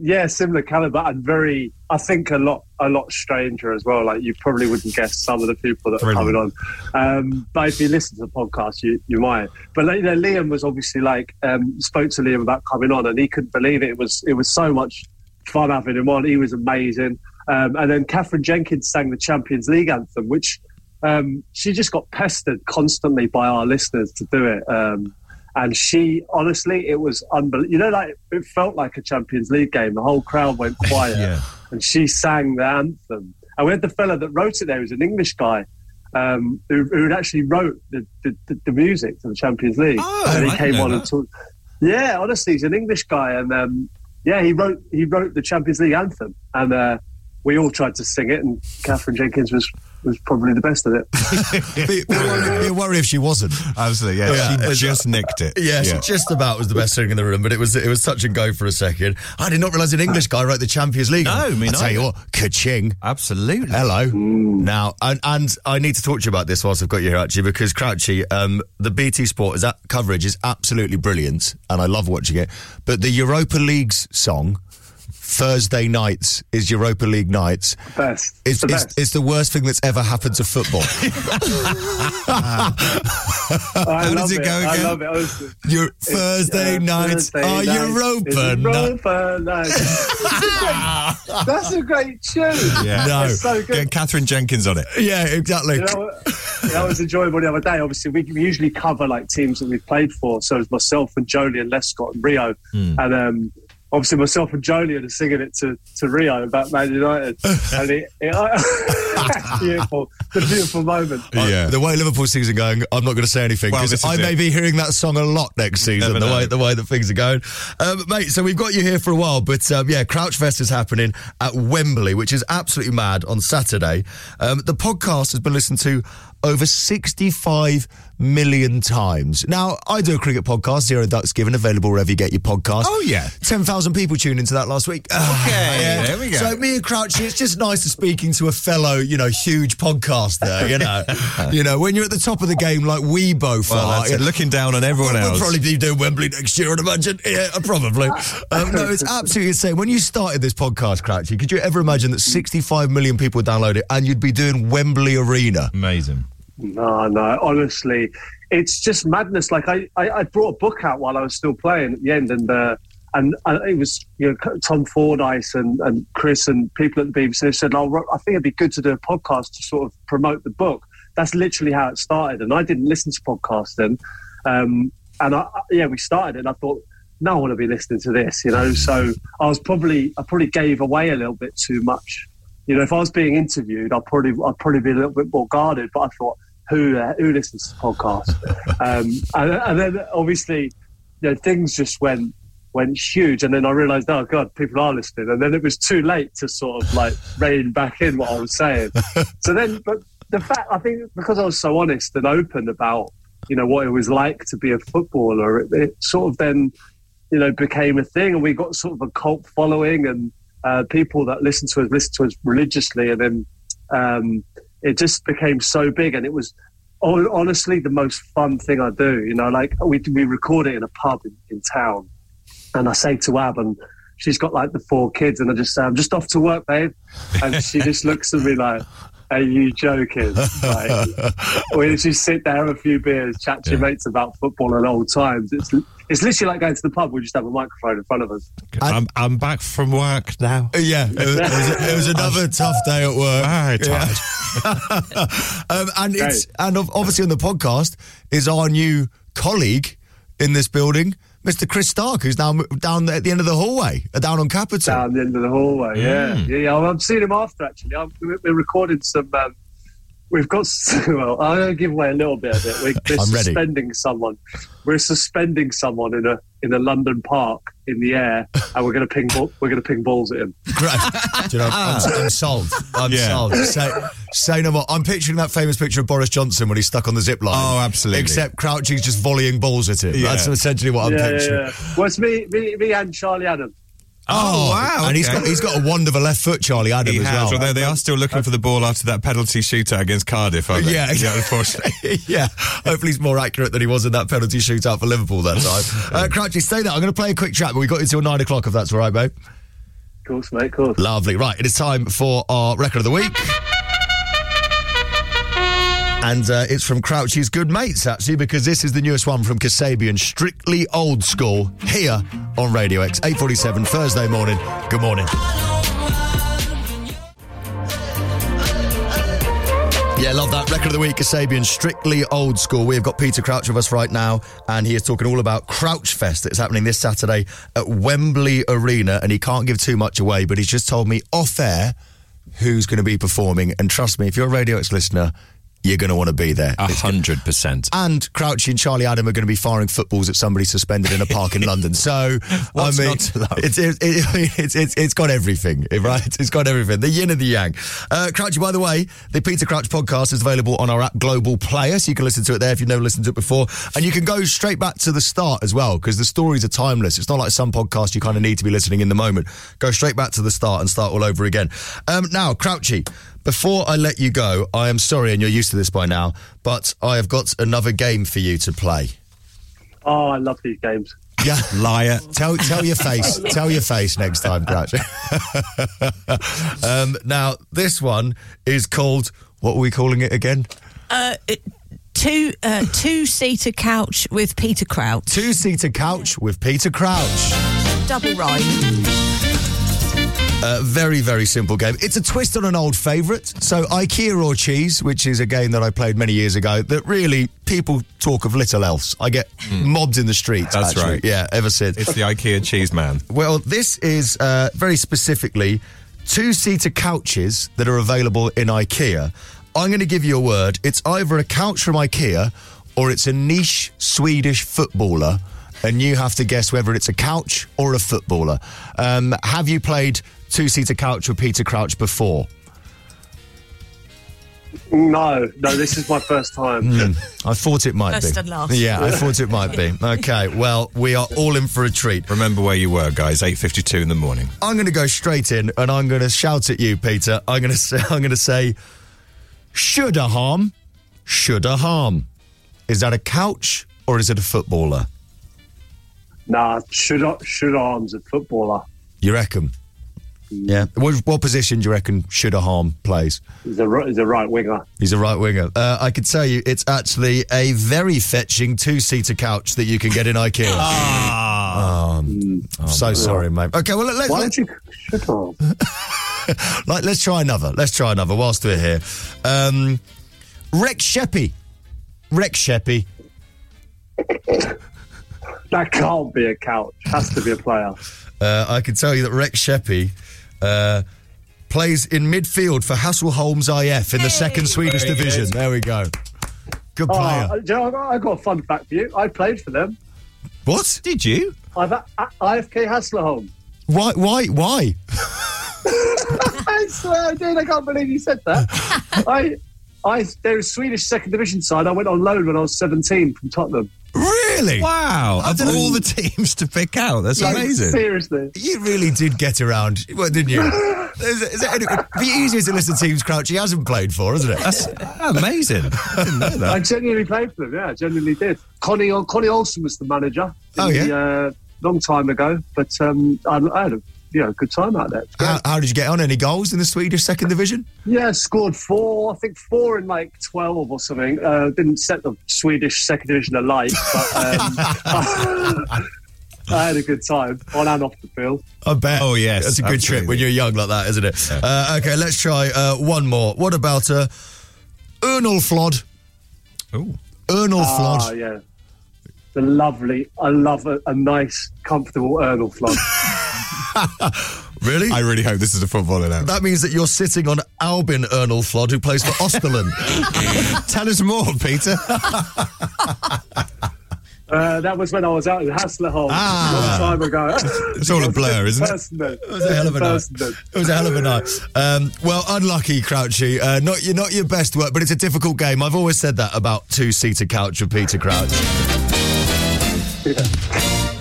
Yeah, similar caliber and very, I think a lot, a lot stranger as well. Like you probably wouldn't guess some of the people that are coming Brilliant. on. Um, but if you listen to the podcast, you, you might. But like, you know, Liam was obviously like um, spoke to Liam about coming on, and he couldn't believe it. It was it was so much fun having him on. He was amazing. Um, and then Catherine Jenkins sang the Champions League anthem, which um, she just got pestered constantly by our listeners to do it. Um, and she, honestly, it was unbelievable. You know, like it felt like a Champions League game. The whole crowd went quiet, and she sang the anthem. And we had the fella that wrote it there, he was an English guy um, who, who had actually wrote the, the, the, the music to the Champions League. and he Oh, I didn't came know on and that. talked. Yeah, honestly, he's an English guy, and um, yeah, he wrote he wrote the Champions League anthem, and uh, we all tried to sing it, and Catherine Jenkins was was probably the best at it. be, be, a be a worry if she wasn't. Absolutely, yeah. She just nicked it. Yeah. Yeah, she just about was the best singer in the room, but it was it was touch and go for a second. I did not realise an English guy wrote the Champions League. No, me I tell you neither. Mm. what, ka-ching. Absolutely. Hello. Now, and, and I need to talk to you about this whilst I've got you here, actually, because Crouchy, um, the BT Sport is that coverage is absolutely brilliant, and I love watching it. But the Europa League's song Thursday nights is Europa League nights. Best. It's, the it's, best. it's the worst thing that's ever happened to football. I How love does it go again? I love it. honestly. Your It's, Thursday uh, nights Thursday are nights Europa is night- Europa night. That's a great tune. No. It's so good. Get Catherine Jenkins on it. Yeah, exactly. You know, what- I was enjoyable the other day. Obviously, we, we usually cover like teams that we've played for. So it's myself and Jolie and Lescott and Rio. And um, obviously, myself and Jolie are singing it to, to Rio about Man United. and it, it, beautiful. The beautiful moment. Yeah. the way Liverpool season going, I'm not going to say anything Well, this because is I may it. be hearing that song a lot next season. never The way know. the way that things are going, um, mate. So we've got you here for a while, but um, yeah, Crouchfest is happening at Wembley, which is absolutely mad on Saturday. Um, the podcast has been listened to over 65 million times. Now, I do a cricket podcast, Zero Ducks Given, available wherever you get your podcast. Oh, yeah. 10,000 people tuned into that last week. Okay, there we go. So me and Crouchy, it's just nice to speaking to a fellow, you know, huge podcaster, you know. you know, when you're at the top of the game like we both Well, are. that's it, looking down on everyone we'll else. probably be doing Wembley next year, I'd imagine. Yeah, probably. um, no, it's absolutely insane. When you started this podcast, Crouchy, could you ever imagine that 65 million people would download it and you'd be doing Wembley Arena? Amazing. No, no, honestly, it's just madness. Like I, I, I brought a book out while I was still playing at the end, and uh, and uh, it was you know Tom Fordyce and, and Chris and people at the BBC they said, oh, I think it'd be good to do a podcast to sort of promote the book. That's literally how it started, and I didn't listen to podcasts then, um, and I, I- yeah, we started, it and I thought no one will be listening to this, you know. So I was probably I probably gave away a little bit too much you know, if I was being interviewed, I'd probably I'd probably be a little bit more guarded. But I thought, who uh, who listens to podcasts? um, and, and then obviously, you know, things just went went huge. And then I realised, oh god, people are listening. And then it was too late to sort of like rein back in what I was saying. so then, but the fact I think because I was so honest and open about you know what it was like to be a footballer, it, it sort of then you know became a thing, and we got sort of a cult following and uh, people that listen to us listen to us religiously, and then um, it just became so big, and it was hon- honestly the most fun thing I do. You know, like we we record it in a pub in, in town, and I say to Ab, and she's got like the four kids, and I just say, I'm just off to work, babe. And she just looks at me like, Are you joking? Like, we just sit there, have a few beers, chat to your mates about football and old times. It's, it's literally like going to the pub, we just have a microphone in front of us. I'm, I'm back from work now. Yeah, it was, it was- it was another tough day at work. Yeah. um, and it's and ob- obviously on the podcast is our new colleague in this building, Mr. Chris Stark, who's now m- down there at the end of the hallway, uh, down on Capitol. Down the end of the hallway. Yeah, Mm. Mm. yeah, yeah. Well, I'm seeing him after actually. I'm, we're we're recording some. Um, we've got. s- Well, I'm going to give away a little bit of it. We're, we're I'm ready. suspending someone. We're suspending someone in a in a London park in the air, and we're going to ping ball, we're going to ping balls at him. Great. Do you know, I'm, I'm sold. I'm Yeah. sold. Say, say no more. I'm picturing that famous picture of Boris Johnson when he's stuck on the zip line. Oh, absolutely. Except Crouchy's just volleying balls at him. Yeah. That's essentially what yeah, I'm yeah, picturing. yeah. Well, it's me, me, me, and Charlie Adam. Oh, wow, And he's okay. got he's got a wand of a left foot, Charlie Adam, He as has, well. although they are still looking for the ball after that penalty shootout against Cardiff, aren't they? Yeah. unfortunately. yeah, hopefully he's more accurate than he was in that penalty shootout for Liverpool that time. Uh, Crouchy, stay there. I'm going to play a quick track, but we've got until nine o'clock if that's all right, babe. Of course, mate. Of course. Lovely. Right, it is time for our record of the week. And uh, it's from Crouchy's Good Mates, actually, because this is the newest one from Kasabian, strictly old school, here on Radio X, 847 Thursday morning. Good morning. Yeah, love that. Record of the week, Kasabian, strictly old school. We have got Peter Crouch with us right now, and he is talking all about Crouch Fest that's happening this Saturday at Wembley Arena. And he can't give too much away, but he's just told me off air who's going to be performing. And trust me, if you're a Radio X listener, you're going to want to be there. A hundred percent. And Crouchy and Charlie Adam are going to be firing footballs at somebody suspended in a park in London. So What's I mean, not to love? it's, it, it, it's it's it's got everything, right? It's got everything. The yin and the yang. Uh, Crouchy, by the way, the Peter Crouch podcast is available on our app Global Player, so you can listen to it there if you've never listened to it before, and you can go straight back to the start as well because the stories are timeless. It's not like some podcasts you kind of need to be listening in the moment. Go straight back to the start and start all over again. Um, now, Crouchy. Before I let you go, I am sorry, and you're used to this by now, but I have got another game for you to play. Oh, I love these games. Yeah. Liar. Tell tell your face. tell your face next time, Crouch. um, now this one is called what are we calling it again? Uh, it- two uh, two seater couch with Peter Crouch. Two seater couch with Peter Crouch. Double rhyme. A very, very simple game. It's a twist on an old favourite. So, IKEA or Cheese, which is a game that I played many years ago, that really people talk of little else. I get mobbed in the streets. Hmm. That's actually. right. Yeah, ever since. It's the IKEA cheese man. Well, this is uh, very specifically two seater couches that are available in IKEA. I'm going to give you a word. It's either a couch from IKEA or it's a niche Swedish footballer. And you have to guess whether it's a couch or a footballer. Um, have you played two seater couch with Peter Crouch before? No, no, this is my first time. Mm, I thought it might First be. and last. Yeah, I thought it might be. Okay, well, we are all in for a treat. Remember where you were, guys. Eight fifty-two in the morning. I'm going to go straight in and I'm going to shout at you, Peter. I'm going to say, I'm going to say, should a harm, should a harm. Is that a couch or is it a footballer? Nah, should should arms a footballer. You reckon? Yeah. What, what position do you reckon should a harm plays? He's a ri- he's a right winger. He's a right winger. Uh, I could tell you, it's actually a very fetching two-seater couch that you can get in IKEA. ah, so sorry, mate. Okay, well let's Hmm. Oh, Why let's, don't you shut up? like, let's try another. Let's try another whilst we're here. Um, Rex Sheppy. Rex Sheppy. That can't be a couch. Has to be a player. Uh, I can tell you that Rex Sheppy uh, plays in midfield for Hasselholm's IF in the second Swedish Very good. division. There we go. Good player. Oh, do you know, I got- I got a fun fact for you. I played for them. what? Did you? I've a- a- IFK Hasselholm. Why? Why? Why? I swear I did. I can't believe you said that. I, I, they're a Swedish second division side. I went on loan when I was 17 from Tottenham. Really? Wow. I Of don't know. all the teams to pick out, that's Like, amazing. Seriously. You really did get around, well, didn't you? is, it- is it, anyway, the easier to list the teams Crouch he hasn't played for, isn't it? That's amazing. I didn't know I that. genuinely played for them. Yeah, I genuinely did. Connie, Connie Olsen was the manager. Oh, in the, yeah? uh, long time ago, but um, I, I had a you know, good time out there. How, how did you get on? Any goals in the Swedish second division? Yeah, scored four. I think four in like twelve or something. Uh, didn't set the Swedish second division alight, but um, I had a good time on and off the field. I bet. Oh, yes, That's a good absolutely. trip when you're young like that, isn't it? Uh, okay, let's try uh, one more. What about uh, Ernal Flod? Oh. Ernal Flod. Ah, yeah. The lovely, I love a, a nice, comfortable Ernal Flod. Really? I really hope this is a footballer now. That means that you're sitting on Albin Ernal Flod, who plays for Osterlund. Tell us more, Peter. uh, that was when I was out in Hasselholm Ah. a long time ago. It's all a blur, isn't it? Personal. It was a hell of a night. It was a hell of a night. Um, well, unlucky, Crouchy. Uh, not your not your best work, but it's a difficult game. I've always said that about two seater couch with Peter Crouch.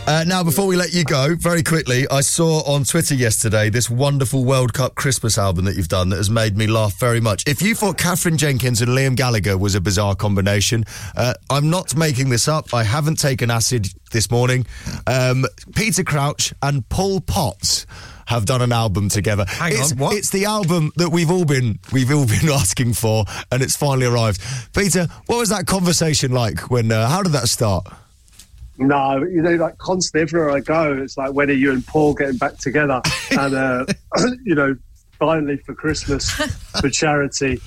Uh, now, before we let you go, very quickly, I saw on Twitter yesterday this wonderful World Cup Christmas album that you've done that has made me laugh very much. If you thought Catherine Jenkins and Liam Gallagher was a bizarre combination, uh, I'm not making this up. I haven't taken acid this morning. Um, Peter Crouch and Paul Potts have done an album together. Hang it's, on, what? It's the album that we've all been we've all been asking for, and it's finally arrived. Peter, what was that conversation like? When uh, how did that start? No, you know, like constantly everywhere I go, it's like when are you and Paul getting back together? And uh, you know, finally for Christmas, for charity,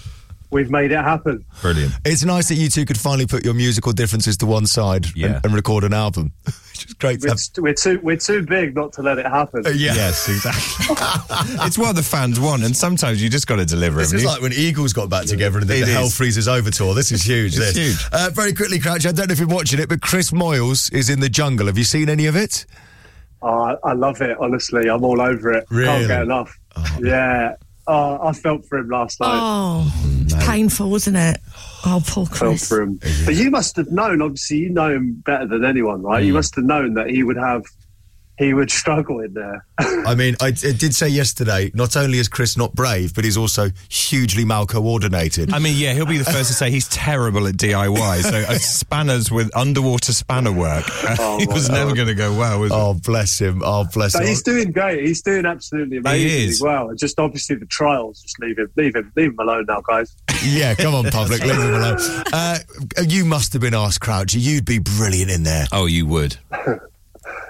we've made it happen. Brilliant. It's nice that you two could finally put your musical differences to one side Yeah. and, and record an album. Which is great. to We're, have- t- we're too we're too big not to let it happen. yeah. Yes, exactly. it's what the fans want, and sometimes you just got to deliver. This haven't is you? like when Eagles got back together and did It the Hell is. Freezes Over tour. This is huge. It's this. huge. Uh, very quickly, Crouch, I don't know if you're watching it, but Chris Moyles is in the jungle. Have you seen any of it? Oh, I I love it. Honestly, I'm all over it. Really? Can't get enough. Yeah. Oh, I felt for him last night. Oh, it's painful, wasn't it? Oh, poor felt Chris. for him. But you must have known, obviously, you know him better than anyone, right? You must have known that he would have he would struggle in there. I mean, I, I did say yesterday. Not only is Chris not brave, but he's also hugely mal coordinated. I mean, yeah, he'll be the first to say he's terrible at DIY. So uh, spanners with underwater spanner work, uh, Oh, it my was never God. going to go well, was oh, bless him! Oh, bless But him! he's doing great. He's doing absolutely amazing is. as well. Just obviously the trials. Just leave him, leave him, leave him alone now, guys. Yeah, come on, public, leave him alone. Uh, you must have been asked, Crouch. You'd be brilliant in there. Oh, you would.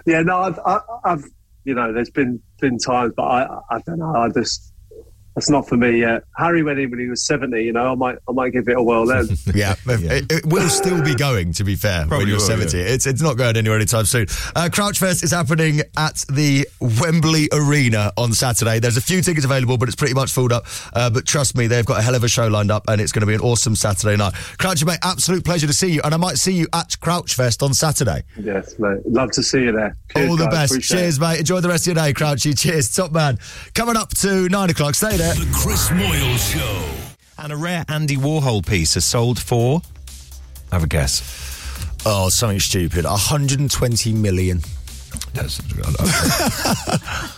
Yeah, no, I've, I, I've, you know, there's been been times, but I, I don't know. I just that's not for me yet. Harry went in when he was seventy. You know, I might, I might give it a whirl then. yeah, It, it will still be going. To be fair, Probably when you're will, 70, yeah. it's it's not going anywhere anytime soon. Uh, Crouchfest is happening at the Wembley Arena on Saturday. There's a few tickets available, but it's pretty much filled up. Uh, but trust me, they've got a hell of a show lined up, and it's going to be an awesome Saturday night. Crouch, mate, absolute pleasure to see you, and I might see you at Crouchfest on Saturday. Yes, mate. Love to see you there. All the guys. best. Appreciate it. Cheers, mate. Enjoy the rest of your day, Crouchy. Cheers, top man. Coming up to nine o'clock. Stay there. The Chris Moyle Show. And a rare Andy Warhol piece has sold for. Have a guess. Oh, something stupid. 120 million. That's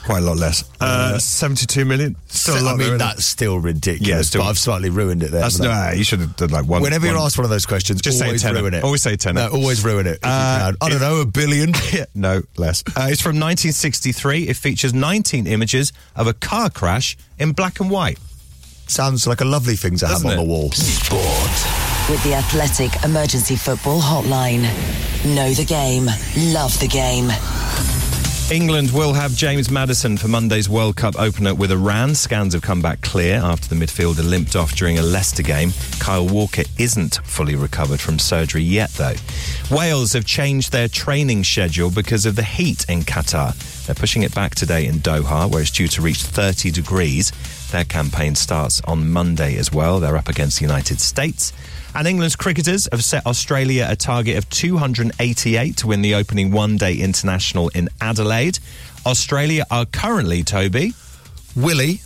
quite a lot less. Uh, 72 million. Still a lot I there, mean, isn't it? that's still ridiculous. Yeah, still- but I've slightly ruined it there. That's, haven't I? nah, you should have done like one. Whenever one- you're asked one of those questions, Just say always 10. ruin it. Always say 10. No, always ruin it. if you Uh, can. I don't know, a billion? no, less. Uh, it's from 1963. It features 19 images of a car crash in black and white. Sounds like a lovely thing to have on the wall. With the Athletic Emergency Football Hotline. Know the game. Love the game. England will have James Madison for Monday's World Cup opener with Iran. Scans have come back clear after the midfielder limped off during a Leicester game. Kyle Walker isn't fully recovered from surgery yet, though. Wales have changed their training schedule because of the heat in Qatar. They're pushing it back today in Doha, where it's due to reach 30 degrees. Their campaign starts on Monday as well. They're up against the United States. And England's cricketers have set Australia a target of 288 to win the opening one day international in Adelaide. Australia are currently, Toby. Willie.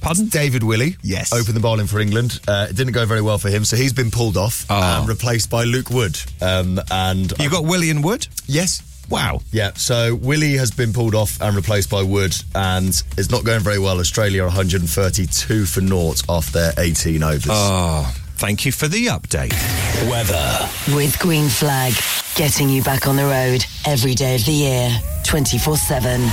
Pardon? David Willie. Yes. Opened the bowling for England. Uh, it didn't go very well for him, so he's been pulled off and replaced by Luke Wood. Um, and Ah. You got Willie and Wood? Yes. Wow. Yeah, so Willie has been pulled off and replaced by Wood, and it's not going very well. Australia are 132 for naught off their 18 overs. Oh, thank you for the update. Weather. With Green Flag, getting you back on the road every day of the year, 24 7.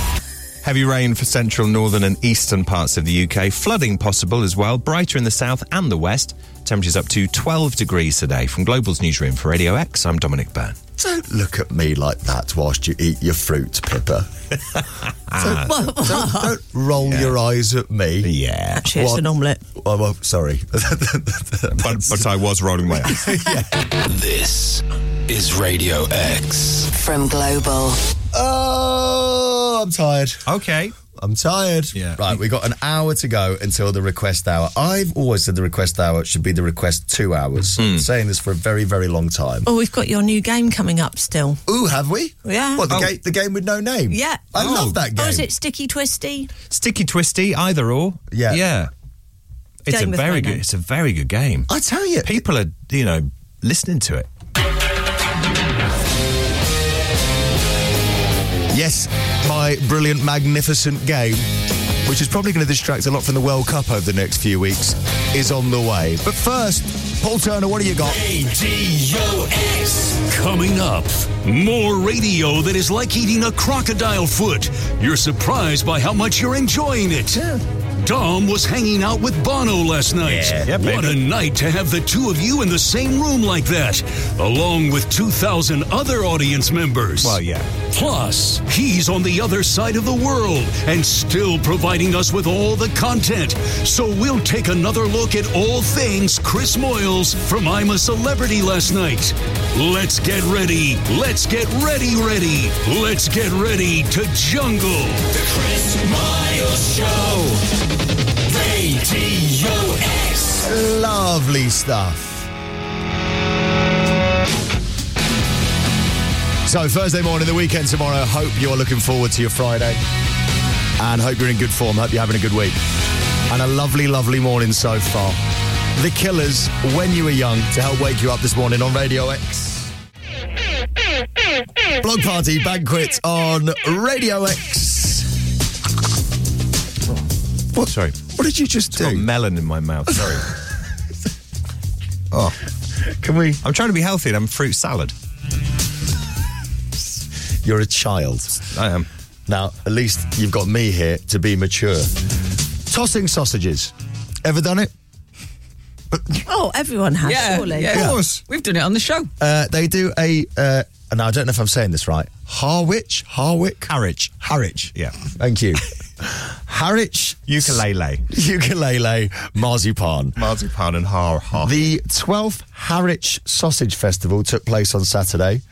Heavy rain for central, northern, and eastern parts of the UK. Flooding possible as well. Brighter in the south and the west. Temperatures up to 12 degrees today. From Global's newsroom for Radio X, I'm Dominic Byrne. Don't look at me like that whilst you eat your fruit, Pippa. Ah. don't, don't- don't roll your eyes at me. Yeah. Actually, it's an omelette. Oh, well, sorry. but, but I was rolling my eyes. This is Radio X. From Global. Oh, I'm tired. Okay. I'm tired. Yeah. Right, we got an hour to go until the request hour. I've always said the request hour should be the request two hours. Hmm. Saying this for a very, very long time. Oh, we've got your new game coming up still. Ooh, have we? Yeah. What the, Oh. ga- the game with no name? Yeah. I love that game. Oh, is it Sticky Twisty? Sticky twisty, either or. Yeah. Yeah. It's Game a with very no good name. it's a very good game. I tell you. People are, you know, listening to it. Yes, my brilliant, magnificent game, which is probably going to distract a lot from the World Cup over the next few weeks, is on the way. But first, Paul Turner, what do you got? Radio X. Coming up, more radio that is like eating a crocodile foot. You're surprised by how much you're enjoying it. Dom was hanging out with Bono last night. Yeah, what a night to have the two of you in the same room like that, along with 2,000 other audience members. Well, yeah. Plus, he's on the other side of the world and still providing us with all the content. So we'll take another look at all things Chris Moyles from I'm a Celebrity last night. Let's get ready. Let's get ready, ready. Let's get ready to jungle. The Chris Miles Show. Radio X. Lovely stuff. So, Thursday morning, the weekend tomorrow. Hope you're looking forward to your Friday. And hope you're in good form. Hope you're having a good week. And a lovely, lovely morning so far. The Killers, When You Were Young, to help wake you up this morning on Radio X. Blog Party Banquet on Radio X. What? Sorry. What did you just do? got melon in my mouth. Sorry. oh. Can we? I'm trying to be healthy and I'm fruit salad. You're a child. I am. Now, at least you've got me here to be mature. Tossing sausages. Ever done it? Oh, everyone has, Yeah, surely. yeah. Of course. We've done it on the show. Uh, they do a, uh, and I don't know if I'm saying this right, Harwich? Harwich? Harwich. Harwich. Yeah. Thank you. Harwich. Ukulele. Ukulele, marzipan. Marzipan and har har. The 12th Harwich Sausage Festival took place on Saturday.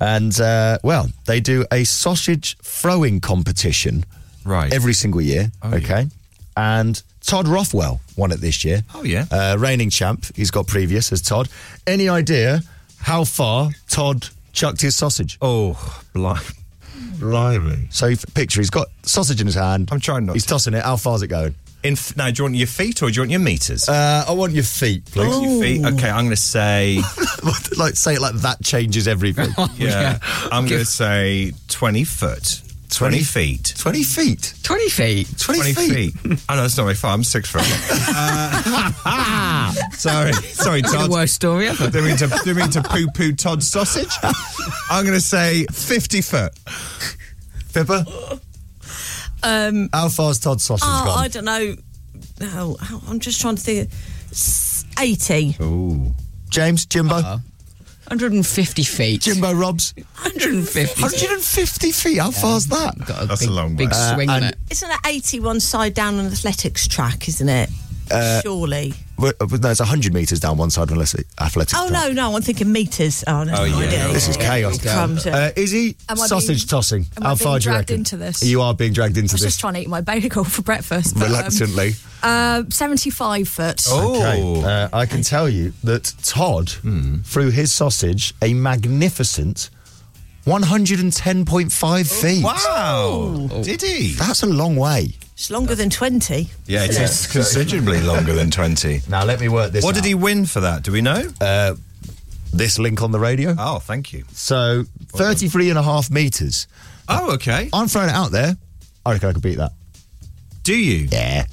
And, uh, well, they do a sausage throwing competition. Right. Every single year. okay. And Todd Rothwell won it this year. Oh, yeah. Uh, reigning champ. He's got previous as Todd. Any idea how far Todd chucked his sausage? Oh, blind. Blimey. So, f- picture, he's got sausage in his hand. I'm trying not He's tossing it. How far's it going? In f- now, do you want your feet or do you want your meters? Uh, I want your feet, please. Your feet. Okay, I'm going to say. like say it like that changes everything. yeah, I'm going to say 20 foot. 20, 20 feet. 20 feet. 20 feet. 20, feet. I know it's not very far. I'm six foot. Uh, sorry, sorry, That's Ah. the Todd. worst story ever. Didn't mean to, didn't mean to poo-poo Todd's sausage. I'm going to say 50 foot. Pippa, Um, how far's Todd's sausage oh, gone? I don't know. Oh, how- I'm just trying to think. S- 80. Ooh. James, Jimbo. Uh-huh. 150 feet. Jimbo Robs. 150. 150 feet. How far's that? Got a That's big, a long big way. Uh, swing on and- it. Isn't it 81 side down an athletics track, isn't it? Uh, Surely. Well, uh, no, it's 100 metres down one side of an athletic Oh, no, no, I'm thinking metres. Oh, no. no Oh, yeah, idea. no, This is chaos. Crumbs, yeah. Uh, Izzy, Am I sausage being- tossing. am I How being far do you dragged reckon? into this? You are being dragged into I was this. just trying to eat my bagel for breakfast. but, um, Oh. Reluctantly. uh, 75 foot. Okay. Uh, I can tell you that Todd threw his sausage a magnificent 110.5 feet. Wow. Did he? That's a long way. It's longer than 20. Yeah, it's Yeah. considerably longer than 20. Now let me work this. What did he win for that? Do we know? Uh, this link on the radio. Oh, thank you. So 33 and a half meters. Oh, okay. I'm throwing it out there. I reckon I could beat that. Do you? Hmm. Yeah.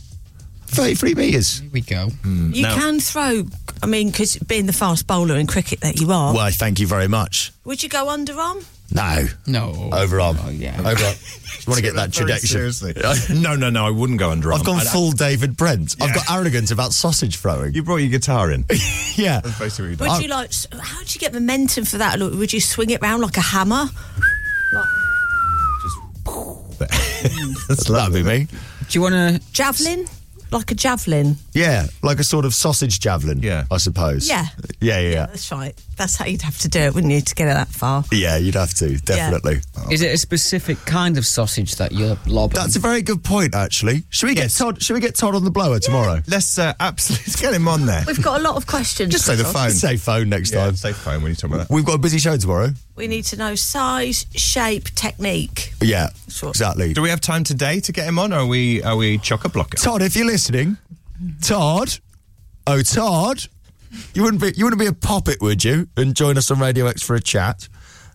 33 meters. Here we go. You No. can throw, I mean, because being the fast bowler in cricket that you are, Why, thank you very much. would you go underarm? No. No. Overarm. Oh, yeah. Overarm. want to get that Uh, Very trajectory. seriously. no, no, no. I wouldn't go under. I've gone I'd- full David Brent. Yeah. I've got arrogance about sausage throwing. You brought your guitar in. yeah. That's basically what you did. Would you like, s- how do you get momentum for that? Look, Would you swing it round like a hammer? That's that'd be me. Do you want to? Javelin? Like a javelin? Yeah, like a sort of sausage javelin. Yeah. I suppose. Yeah. Yeah, yeah, yeah. That's right. That's how you'd have to do it, wouldn't you, to get it that far? Yeah, you'd have to definitely. Is it a specific kind of sausage that you're lobbing? That's a very good point, actually. Should we get Todd? Should we get Todd on the blower tomorrow? Let's uh, absolutely let's get him on there. We've got a lot of questions. Just say the phone. Say phone next Yeah, time. say phone when you talk about that. We've got a busy show tomorrow. we need to know size, shape, technique. Yeah, Sure. exactly. Do we have time today to get him on? Or are we are we chock a blocker? Todd, if you're listening, Todd, oh Todd, you wouldn't be you wouldn't be a poppet, would you? And join us on Radio X for a chat.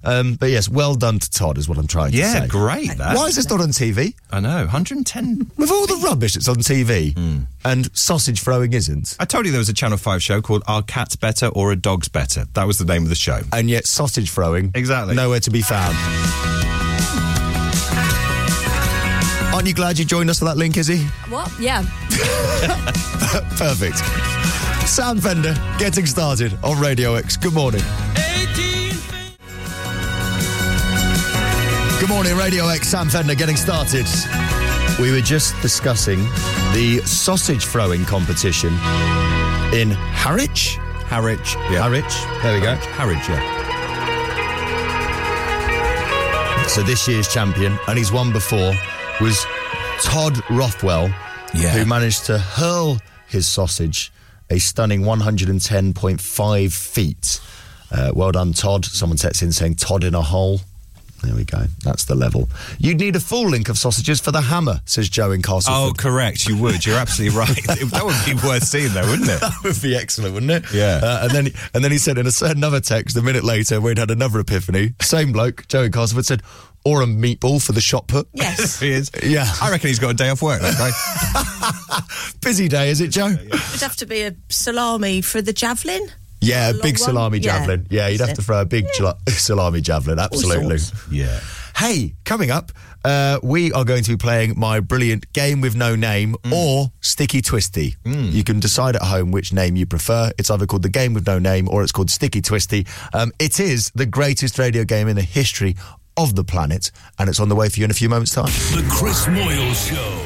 Um, but yes, well done to Todd is what I'm trying to say. Yeah, great. That. Why is this not on TV? I know. 110. With all the rubbish that's on TV Hmm. and sausage throwing isn't, I told you there was a Channel Five show called "Are Cats Better or Are Dogs Better?" That was the name of the show. and yet sausage throwing Exactly. nowhere to be found. Aren't you glad you joined us for that link, Izzy? What? Yeah. Perfect. Sam Fender getting started on Radio X. Good morning. Good morning, Radio X. Sam Fender getting started. We were just discussing the sausage throwing competition in Harwich. Harwich. Yeah. Harwich. There we go. Harwich. Yeah. So this year's champion, and he's won before, was Todd Rothwell, Yeah. who managed to hurl his sausage a stunning 110.5 feet. Uh, well done, Todd. Someone texts in saying Todd in a hole. There we go. That's the level. You'd need a full link of sausages for the hammer, says Joe in Oh, Castleford. correct. You would. You're absolutely right. that would be worth seeing, though, wouldn't it? that would be excellent, wouldn't it? Yeah. Uh, and then and then he sent in a certain other text a minute later where he'd had another epiphany. Same bloke, Joe in Castleford, said, or a meatball for the shot put. Yes. he is. Yeah. I reckon he's got a day off work. That guy. Busy day, is it, Joe? It'd have to be a salami for the javelin. Yeah, a long big salami one? Yeah. javelin. Yeah, you'd have to throw a big jala- salami javelin. Absolutely. Yeah. Hey, coming up, uh, we are going to be playing my brilliant game with no name or Sticky Twisty. You can decide at home which name you prefer. It's either called the game with no name or it's called Sticky Twisty. Um, it is the greatest radio game in the history of the planet, and it's on the way for you in a few moments' time. The Chris Moyle Show.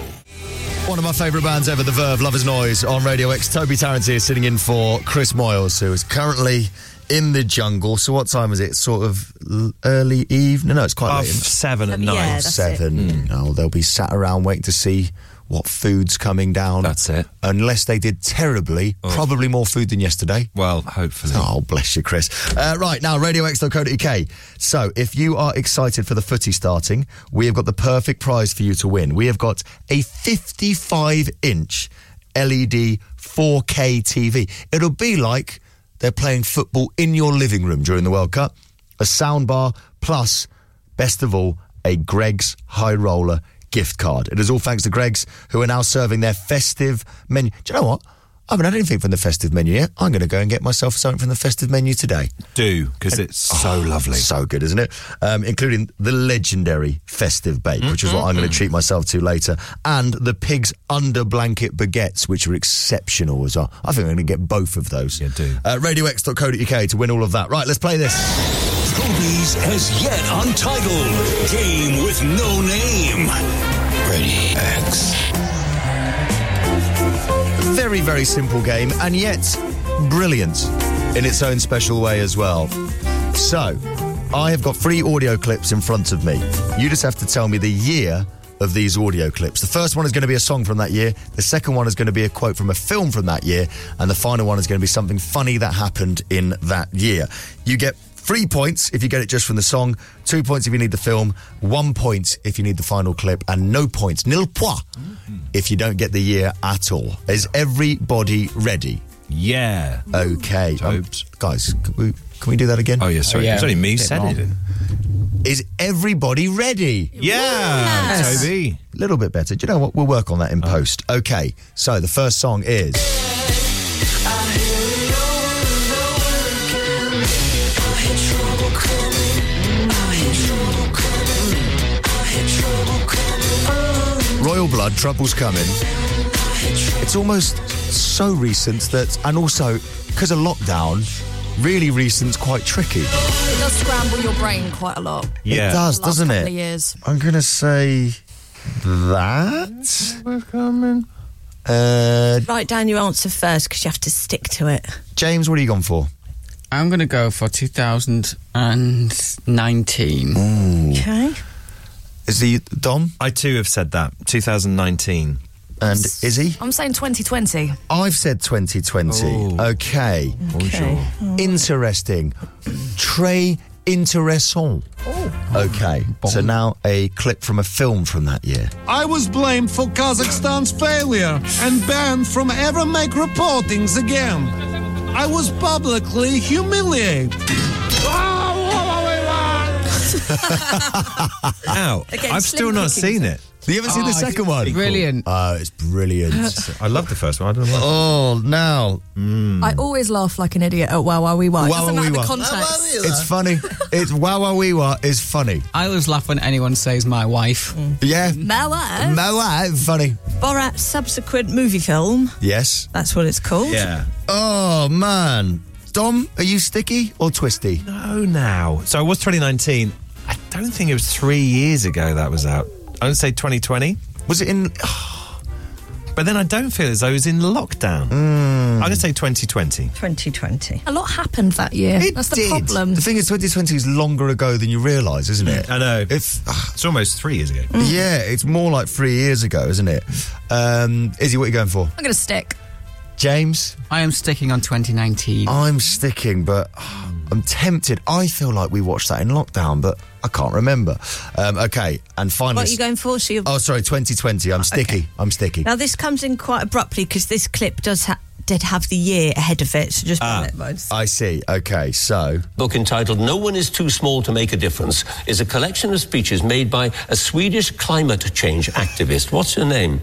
One of my favourite bands ever, The Verve, Lovers Noise on Radio X. Toby Tarrant here sitting in for Chris Moyles, who is currently in the jungle. So what time is it? Sort of l- early evening? No, it's quite Half late. isn't it? seven at Yeah, night. that's it. seven. Oh, they'll be sat around waiting to see what food's coming down. That's it. Oh. Unless they did terribly, probably more food than yesterday. Well, hopefully. Oh, bless you, Chris. Uh, right, now, radiox.co.uk. So, if you are excited for the footy starting, we have got the perfect prize for you to win. We have got a E 55 inch LED 4K TV. It'll be like they're playing football in your living room during the World Cup, a soundbar, plus, best of all, a Greg's High Roller gift card. It is all thanks to Greg's, who are now serving their festive menu. Do you know what? I haven't had anything from the festive menu yet. I'm going to go and get myself something from the festive menu today. Do, because it's so lovely. Oh, So good, isn't it? Um, including the legendary festive bake, which is what I'm going to treat myself to later, and the pig's under blanket baguettes, which are exceptional as well. I think I'm going to get both of those. Yeah, do. Uh, RadioX.co.uk to win all of that. Right, let's play this. Toby's as yet untitled game with no name. Ready X. Very, very simple game, and yet brilliant in its own special way as well. So, I have got three audio clips in front of me. You just have to tell me the year of these audio clips. The first one is going to be a song from that year, the second one is going to be a quote from a film from that year, and the final one is going to be something funny that happened in that year. You get three points if you get it just from the song, two points if you need the film, one point if you need the final clip, and no points, nil point, if you don't get the year at all. Is everybody ready? Yeah. Okay. Um, guys, can we, can we do that again? Oh, yeah, sorry. It's It's only me said it. Is everybody ready? Yeah, Yes. Toby. Oh. A little bit better. Do you know what? We'll work on that in post. Okay, so the first song is. Royal Blood, Trouble's Coming. It's almost so recent that, and also because of lockdown, really recent's quite tricky. It does scramble your brain quite a lot. It does, The last doesn't couple it? of years. I'm going to say that. Uh, Write down your answer first because you have to stick to it. James, what are you going for? I'm going to go for 2019. Okay. Is he Dom? I too have said that. 2019. And is he? I'm saying 2020. I've said 2020. Okay. Okay. Interesting. Très intéressant. Okay. So now a clip from a film from that year. I was blamed for Kazakhstan's failure and banned from ever make reportings again. I was publicly humiliated. Ow. Again, I've Slim still not Pickings. seen it. You haven't seen the second one? Brilliant. Oh, it's brilliant. I love the first one. I don't know why. Oh, now. mm, I always laugh like an idiot at Wow Wow Wee Wow. It Hmm. Wow doesn't Wow matter Wee the Wow. context. It's funny. It's Wow Wow Wee Wah is funny. Mm. I always laugh when anyone says my wife. Yeah. My wife. My wife. Funny. Borat's subsequent movie film. Yes. That's what it's called. Oh, man. Dom, are you sticky or twisty? No, now. So it was 2019. I don't think it was three years ago that was out. I would say 2020. Was it in. But then I don't feel as though it was in lockdown. Hmm. I'm going to say 2020. 2020. A lot happened that year. It That's the did. problem. The thing is, 2020 is longer ago than you realise, isn't it? I know. If ah, It's almost three years ago. yeah, it's more like three years ago, isn't it? Um, Izzy, what are you going for? I'm going to stick. James? I am sticking on 2019. I'm sticking, but I'm tempted. I feel like we watched that in lockdown, but I can't remember. Um, okay, and finally. What are you going for? So you're- oh, sorry, 2020. I'm sticky. I'm sticky. Now this comes in quite abruptly because this clip does ha- did have the year ahead of it. So just Ah. bear that in mind. I see. Okay, so. Book entitled No One Is Too Small to Make a Difference is a collection of speeches made by a Swedish climate change activist. What's her name?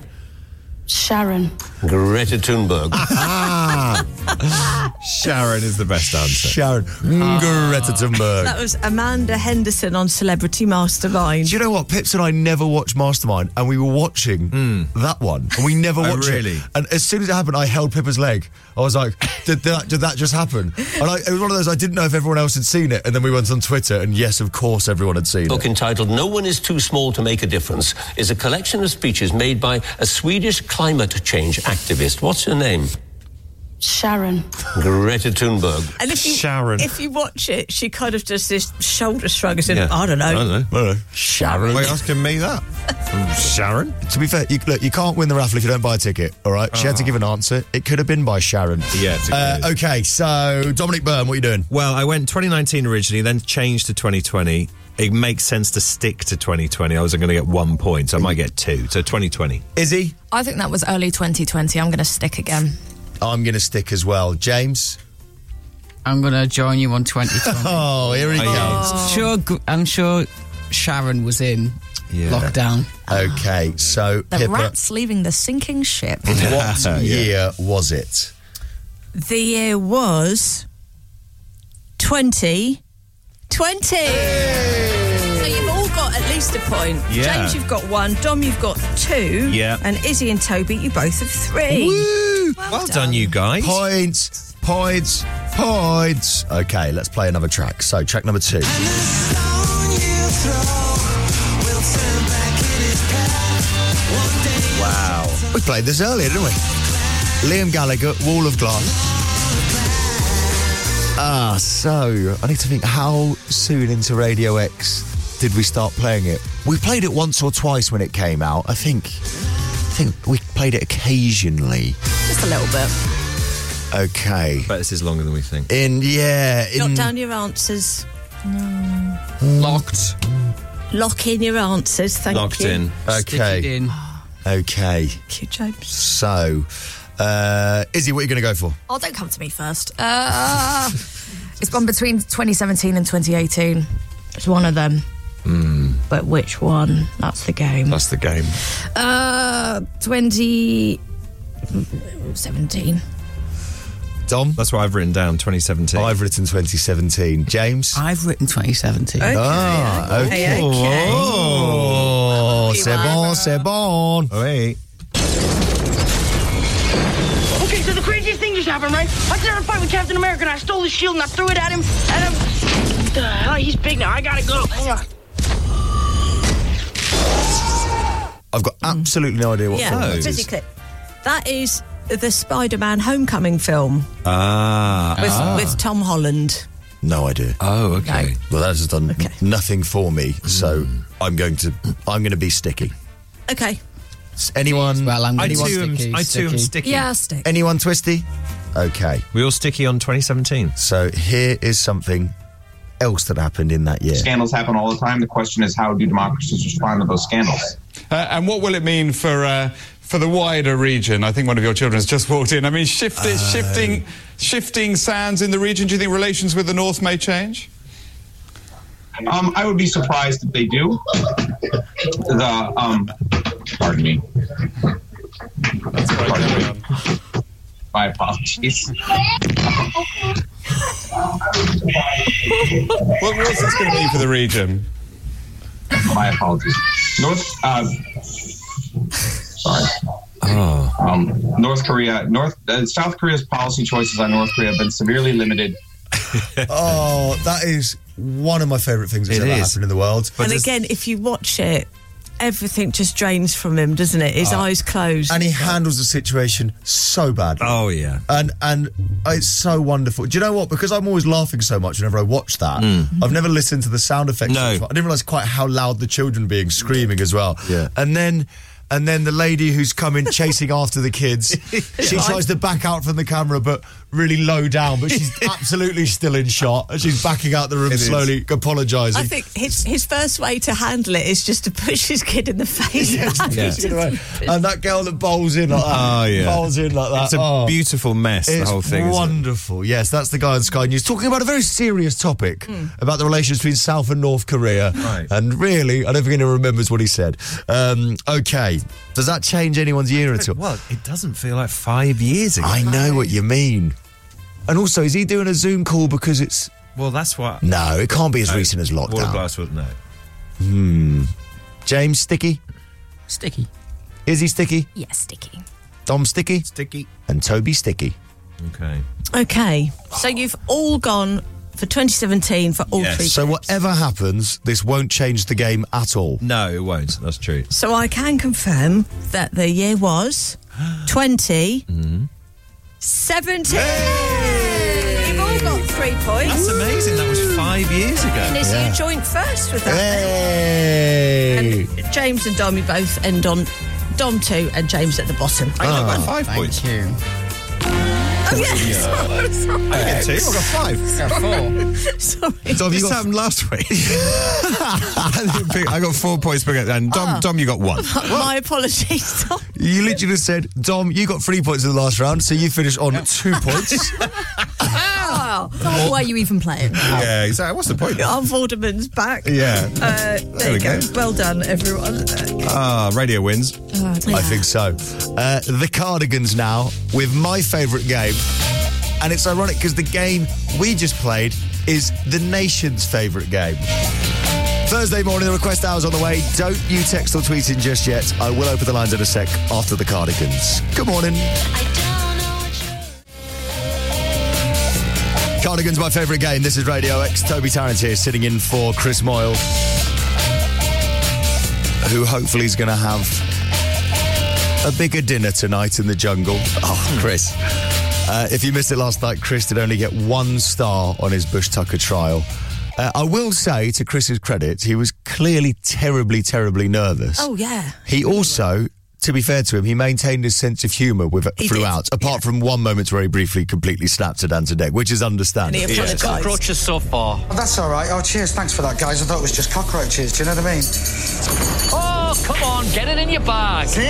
Sharon. Greta Thunberg. Ah, Ah. Sharon is the best answer. Sharon. Greta Thunberg. That was Amanda Henderson on Celebrity Mastermind. Do you know what? Pips and I never watched Mastermind, and we were watching that one, and we never Hmm. Oh, watched really? it. And as soon as it happened, I held Pippa's leg. I was like, "Did that? Did that just happen?" And I, it was one of those I didn't know if everyone else had seen it. And then we went on Twitter, and yes, of course, everyone had seen Book it. entitled No One Is Too Small to Make a Difference is a collection of speeches made by a Swedish climate change activist. What's her name? Sharon. Greta Thunberg. And if you, If you watch it, she kind of does this shoulder shrug as in, I don't know. Sharon. Why are you asking me that? Sharon? To be fair, you, look, you can't win the raffle if you don't buy a ticket, all right? She had to give an answer. It could have been by Sharon. Yeah. Uh, okay, so Dominic Byrne, what are you doing? Well, I went 2019 originally, then changed to 2020. It makes sense to stick to 2020. I was going to get one point, so I might get two. So 2020. Izzy? I think that was early 2020. I'm going to stick again. I'm going to stick as well. James? I'm going to join you on 2020. oh, here he comes. Sure, g- I'm sure Sharon was in lockdown. Okay, so The Pippa, rat's leaving the sinking ship. what year was it? The year was 2020. So you've all got at least a point. Yeah. James, you've got one. Dom, you've got two. Yeah. And Izzy and Toby, you both have three. Woo! Well, done, you guys. Points, points, points. Okay, let's play another track. So, track number two. Wow. We played this earlier, didn't we? Liam Gallagher, Wall of Glass. Ah, so I need to think how soon into Radio X did we start playing it? We played it once or twice when it came out. I think I think we played it occasionally. Just a little bit. Okay. But this is longer than we think. In yeah, in Jot down your answers. Locked. Lock in your answers. Thank you. Okay. Okay. James. So, uh, Izzy, what are you going to go for? Oh, don't come to me first. Uh, it's gone between 2017 and 2018. It's one of them. Hmm. But which one? That's the game. That's the game. Uh, 2017. Dom? That's what I've written down, 2017. I've written 2017. James? I've written 2017. Okay, ah, okay. okay, okay. Oh, c'est bon, c'est bon. Wait. Okay, so the craziest thing just happened, right? I was there in a fight with Captain America and I stole his shield and I threw it at him. And I'm. The hell, he's big now. I gotta go. Hang on. I've got absolutely no idea what yeah. film that Busy is. clip. That is the Spider-Man Homecoming film Ah. with, with Tom Holland. No idea. Oh, okay. Mm. Well, that has done nothing for me, so I'm going to I'm going to be sticky. Okay. S- Anyone? Well, I'm gonna be I too am- sticky, I too am sticky. sticky. Yeah, stick. Anyone twisty? Okay. We all sticky on 2017. So here is something else that happened in that year. Scandals happen all the time. The question is, how do democracies respond to those scandals? Uh, and what will it mean for uh, for the wider region? I think one of your children has just walked in. I mean, shift shifting shifting sands in the region. Do you think relations with the North may change? Um, I would be surprised if they do. The um, pardon me. Pardon me. My apologies. What was this going to mean for the region? My apologies. North. Uh, sorry. Oh. Um, North Korea. North. Uh, South Korea's policy choices on North Korea have been severely limited. oh, that is one of my favourite things that's It ever is. happened in the world. and again, if you watch it, everything just drains from him, doesn't it? His Oh. eyes closed. and he handles the situation so badly. Oh yeah, and and it's so wonderful. Do you know what? Because I'm always laughing so much whenever I watch that. I've never listened to the sound effects. Mm. No. I didn't realize quite how loud the children being screaming as well. Yeah, and then And then the lady who's coming chasing after the kids, she Yeah. tries to back out from the camera, but really low down. But she's absolutely still in shot, and she's backing out the room is. slowly, apologising. I think his his first way to handle it is just to push his kid in the face. That yeah. is just- and that girl that bowls in like that, Oh, yeah. bowls in like that. It's a Oh. beautiful mess, the It's whole thing. isn't it? Wonderful. Yes, that's the guy on Sky News talking about a very serious topic about the relations between South and North Korea. Hmm. Right. And really, I don't think anyone remembers what he said. Um, okay. Does that change anyone's year at all? Well, it doesn't feel like five years ago. I know what you mean. And also, is he doing a Zoom call because it's. Well, that's what. No, it can't be as No, recent as Water lockdown. glass was no. Hmm. James, sticky? Sticky. Is he sticky? Yeah, sticky. Dom, sticky? Sticky. And Toby, sticky. Okay. okay, so you've all gone for 2017 for all three. So, whatever happens, this won't change the game at all. No, it won't. That's true. So I can confirm that the year was Mm-hmm. 2017. You've all got three points. That's amazing. That was five years ago. And it's you joint first with that. And James and Dom, you both end on Dom two and James at the bottom. Ah, I got about five points. Ah. You. Oh, yes. Yeah. Sorry. I got two. I got five. I got four. Sorry. Dom, you got happened last week. I got four points bigger, and Dom, Ah. Dom, you got one. My apologies, Dom. You literally just said, Dom, you got three points in the last round, so you finished on two points. Oh, why are you even playing? yeah, exactly. What's the point? Um, Our Vorderman's back. Yeah. Uh, there, There you we go. go. Well done, everyone. Uh, Ah, radio wins. I think so. Uh, the Cardigans now with my favourite game. And it's ironic because the game we just played is the nation's favourite game. Thursday morning, the request hour's on the way. Don't you text or tweet in just yet. I will open the lines in a sec after the Cardigans. Good morning. Cardigans, my favourite game. This is Radio X. Toby Tarrant here, sitting in for Chris Moyle, who hopefully is going to have a bigger dinner tonight in the jungle. Oh, Chris. Uh, if you missed it last night, Chris did only get one star on his Bush Tucker trial. Uh, I will say, to Chris's credit, he was clearly terribly, terribly nervous. oh yeah. He also, to be fair to him, he maintained his sense of humour with throughout, apart from one moment where he briefly completely snapped at Antonek, which is understandable. Cockroach is so far. Oh, that's all right. Oh, cheers. Thanks for that, guys. I thought it was just cockroaches. Do you know what I mean? Oh, come on, get it in your bag. See?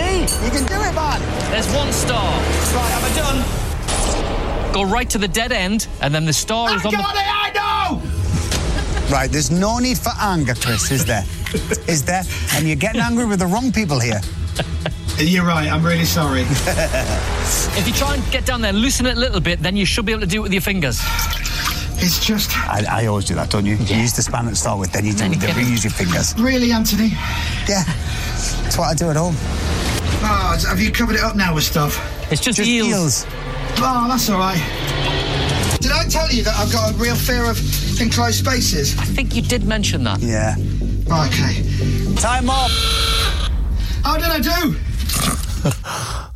You can do it, man. There's one star. Right, have I done? Go right to the dead end, and then the star is on the. I know! Right, there's no need for anger, Chris, is there? is there? And you're getting angry with the wrong people here. You're right. I'm really sorry. If you try and get down there, loosen it a little bit, then you should be able to do it with your fingers. It's just. I, I always do that, don't you? You use the span to start with, then you, do, then you use your fingers. Really, Anthony? Yeah. That's what I do at home. Oh, have you covered it up now with stuff? It's just, eels. Oh, that's all right. Did I tell you that I've got a real fear of enclosed spaces? I think you did mention that. Yeah. Okay. Time off. How did I do?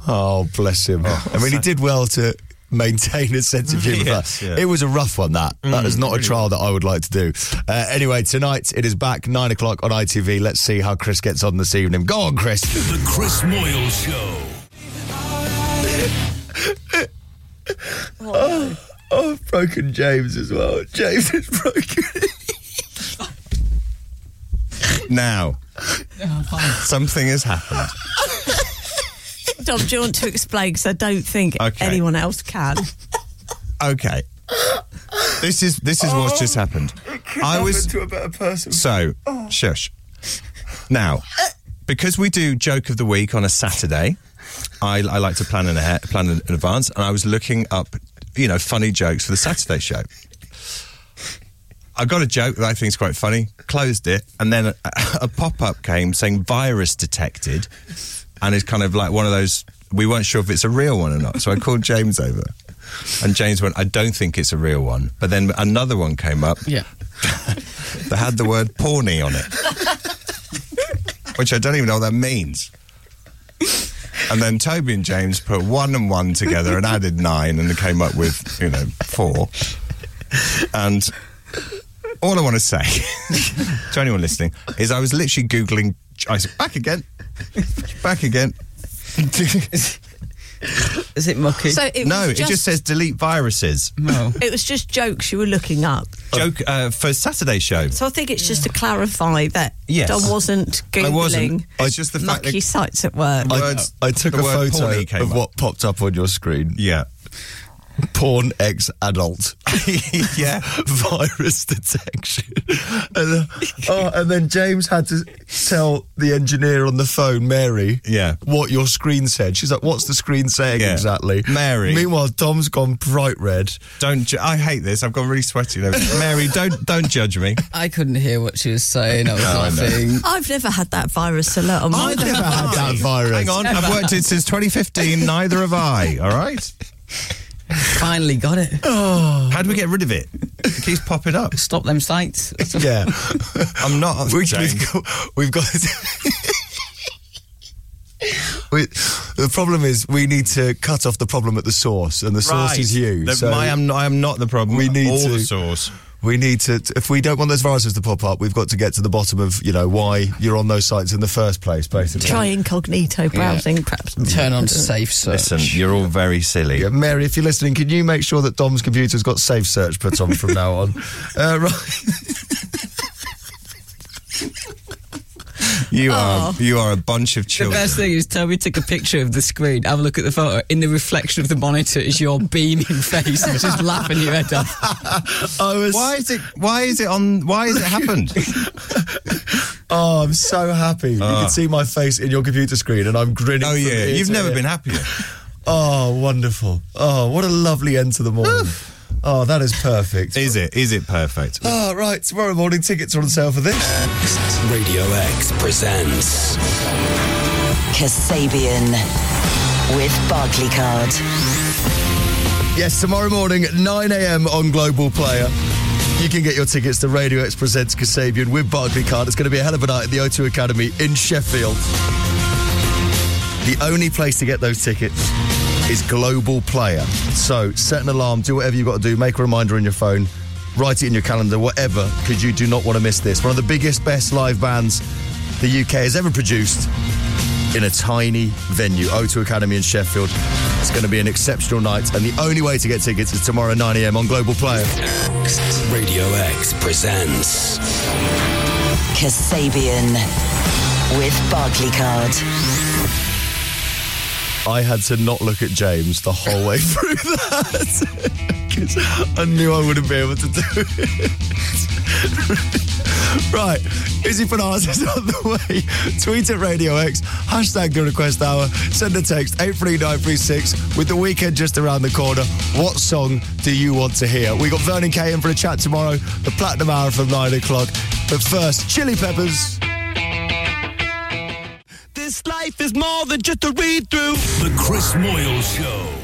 Oh, bless him. I mean, he did well to maintain a sense of humour. Yes, but yeah. It was a rough one, that. that Mm, is not a really trial that I would like to do. Uh, anyway, tonight it is back, 9 o'clock on ITV. Let's see how Chris gets on this evening. Go on, Chris. The Chris Moyle Show. Oh, oh, I've broken James as well. James is broken. Now, something has happened. Dom, do you want to explain? Because I don't think Okay. anyone else can. Okay. This is this is what's just happened. I was to a better person. so shush. Now, because we do joke of the week on a Saturday, I, I like to plan in ahe- plan in advance, and I was looking up, you know, funny jokes for the Saturday show. I got a joke that I think is quite funny, closed it, and then a, a pop up came saying virus detected, and it's kind of like one of those we weren't sure if it's a real one or not. So I called James over, and James went, "I don't think it's a real one." But then another one came up, Yeah. that had the word "porny" on it, e- which I don't even know what that means. And then Toby and James put one and one together and added nine, and they came up with you know four. And all I want to say to anyone listening is I was literally Googling. I said, back again. Back again. Is it mucky? So it no, was it just just- says delete viruses. No. It was just jokes you were looking up. Joke uh, for Saturday show. So I think it's just to clarify that Yes. Don wasn't googling. I wasn't. It's just the fact mucky sites at work. I, I took a the word photo porny of came up. what popped up on your screen. Yeah. Porn ex adult. yeah. Virus detection. And, uh, oh, and then James had to tell the engineer on the phone, Mary, yeah. what your screen said. She's like, what's the screen saying Yeah. exactly? Mary. Meanwhile, Dom's gone bright red. Don't. Ju- I hate this. I've gone really sweaty. and everything. Mary, don't don't judge me. I couldn't hear what she was saying. I was No, I know. laughing. I've never had that virus alert on my I've never phone. had that virus. Hang on. I've worked it since 2015. Neither have I. All right. Finally got it. How do we get rid of it? It keeps popping up. Stop them sites. Yeah. I'm not. We, Jane. we've got. We've got we, the problem is we need to cut off the problem at the source, and the source Right. is you. The- I am. I am not the problem. We need All to- the source. We need to. t- If we don't want those viruses to pop up, we've got to get to the bottom of you know why you're on those sites in the first place, basically. Try incognito browsing, perhaps. Turn on safe search. Listen, you're all very silly. Yeah, Mary, if you're listening, can you make sure that Dom's computer's got safe search put on from now on? Uh, right. You are. You are a bunch of The children. best thing is Toby took a picture of the screen, have a look at the photo. In the reflection of the monitor is your beaming face, and just laughing your head off. Why is it? Why is it on? Why has it happened? Oh, I'm so happy. you Ah. can see my face in your computer screen, and I'm grinning. Oh from yeah, ear you've to never ear. been happier. Oh, wonderful. Oh, what a lovely end to the morning. oh, that is perfect. Is it? Is it perfect? Oh, right. Tomorrow morning, tickets are on sale for this. Radio X presents Kasabian with Barclaycard. Yes, tomorrow morning at 9 a.m. on Global Player. You can get your tickets to Radio X Presents Kasabian with Barclay Card. It's going to be a hell of a night at the O2 Academy in Sheffield. The only place to get those tickets is Global Player. So set an alarm, do whatever you've got to do, make a reminder on your phone, write it in your calendar, whatever, because you do not want to miss this. One of the biggest, best live bands the UK has ever produced in a tiny venue, O2 Academy in Sheffield. It's going to be an exceptional night, and the only way to get tickets is tomorrow 9 a.m. on Global Player. Radio X presents Kasabian with Barclaycard. I had to not look at James the whole way through that 'Cause I knew I wouldn't be able to do it. right, Izzy Panars is on the way. Tweet at Radio X, hashtag the request hour, send a text 83936 with the weekend just around the corner. What song do you want to hear? We got Vernon Kay in for a chat tomorrow, the Platinum Hour from 9 o'clock. But first, Chili Peppers. This Life is More Than Just a Read Through. The Chris Moyle Show.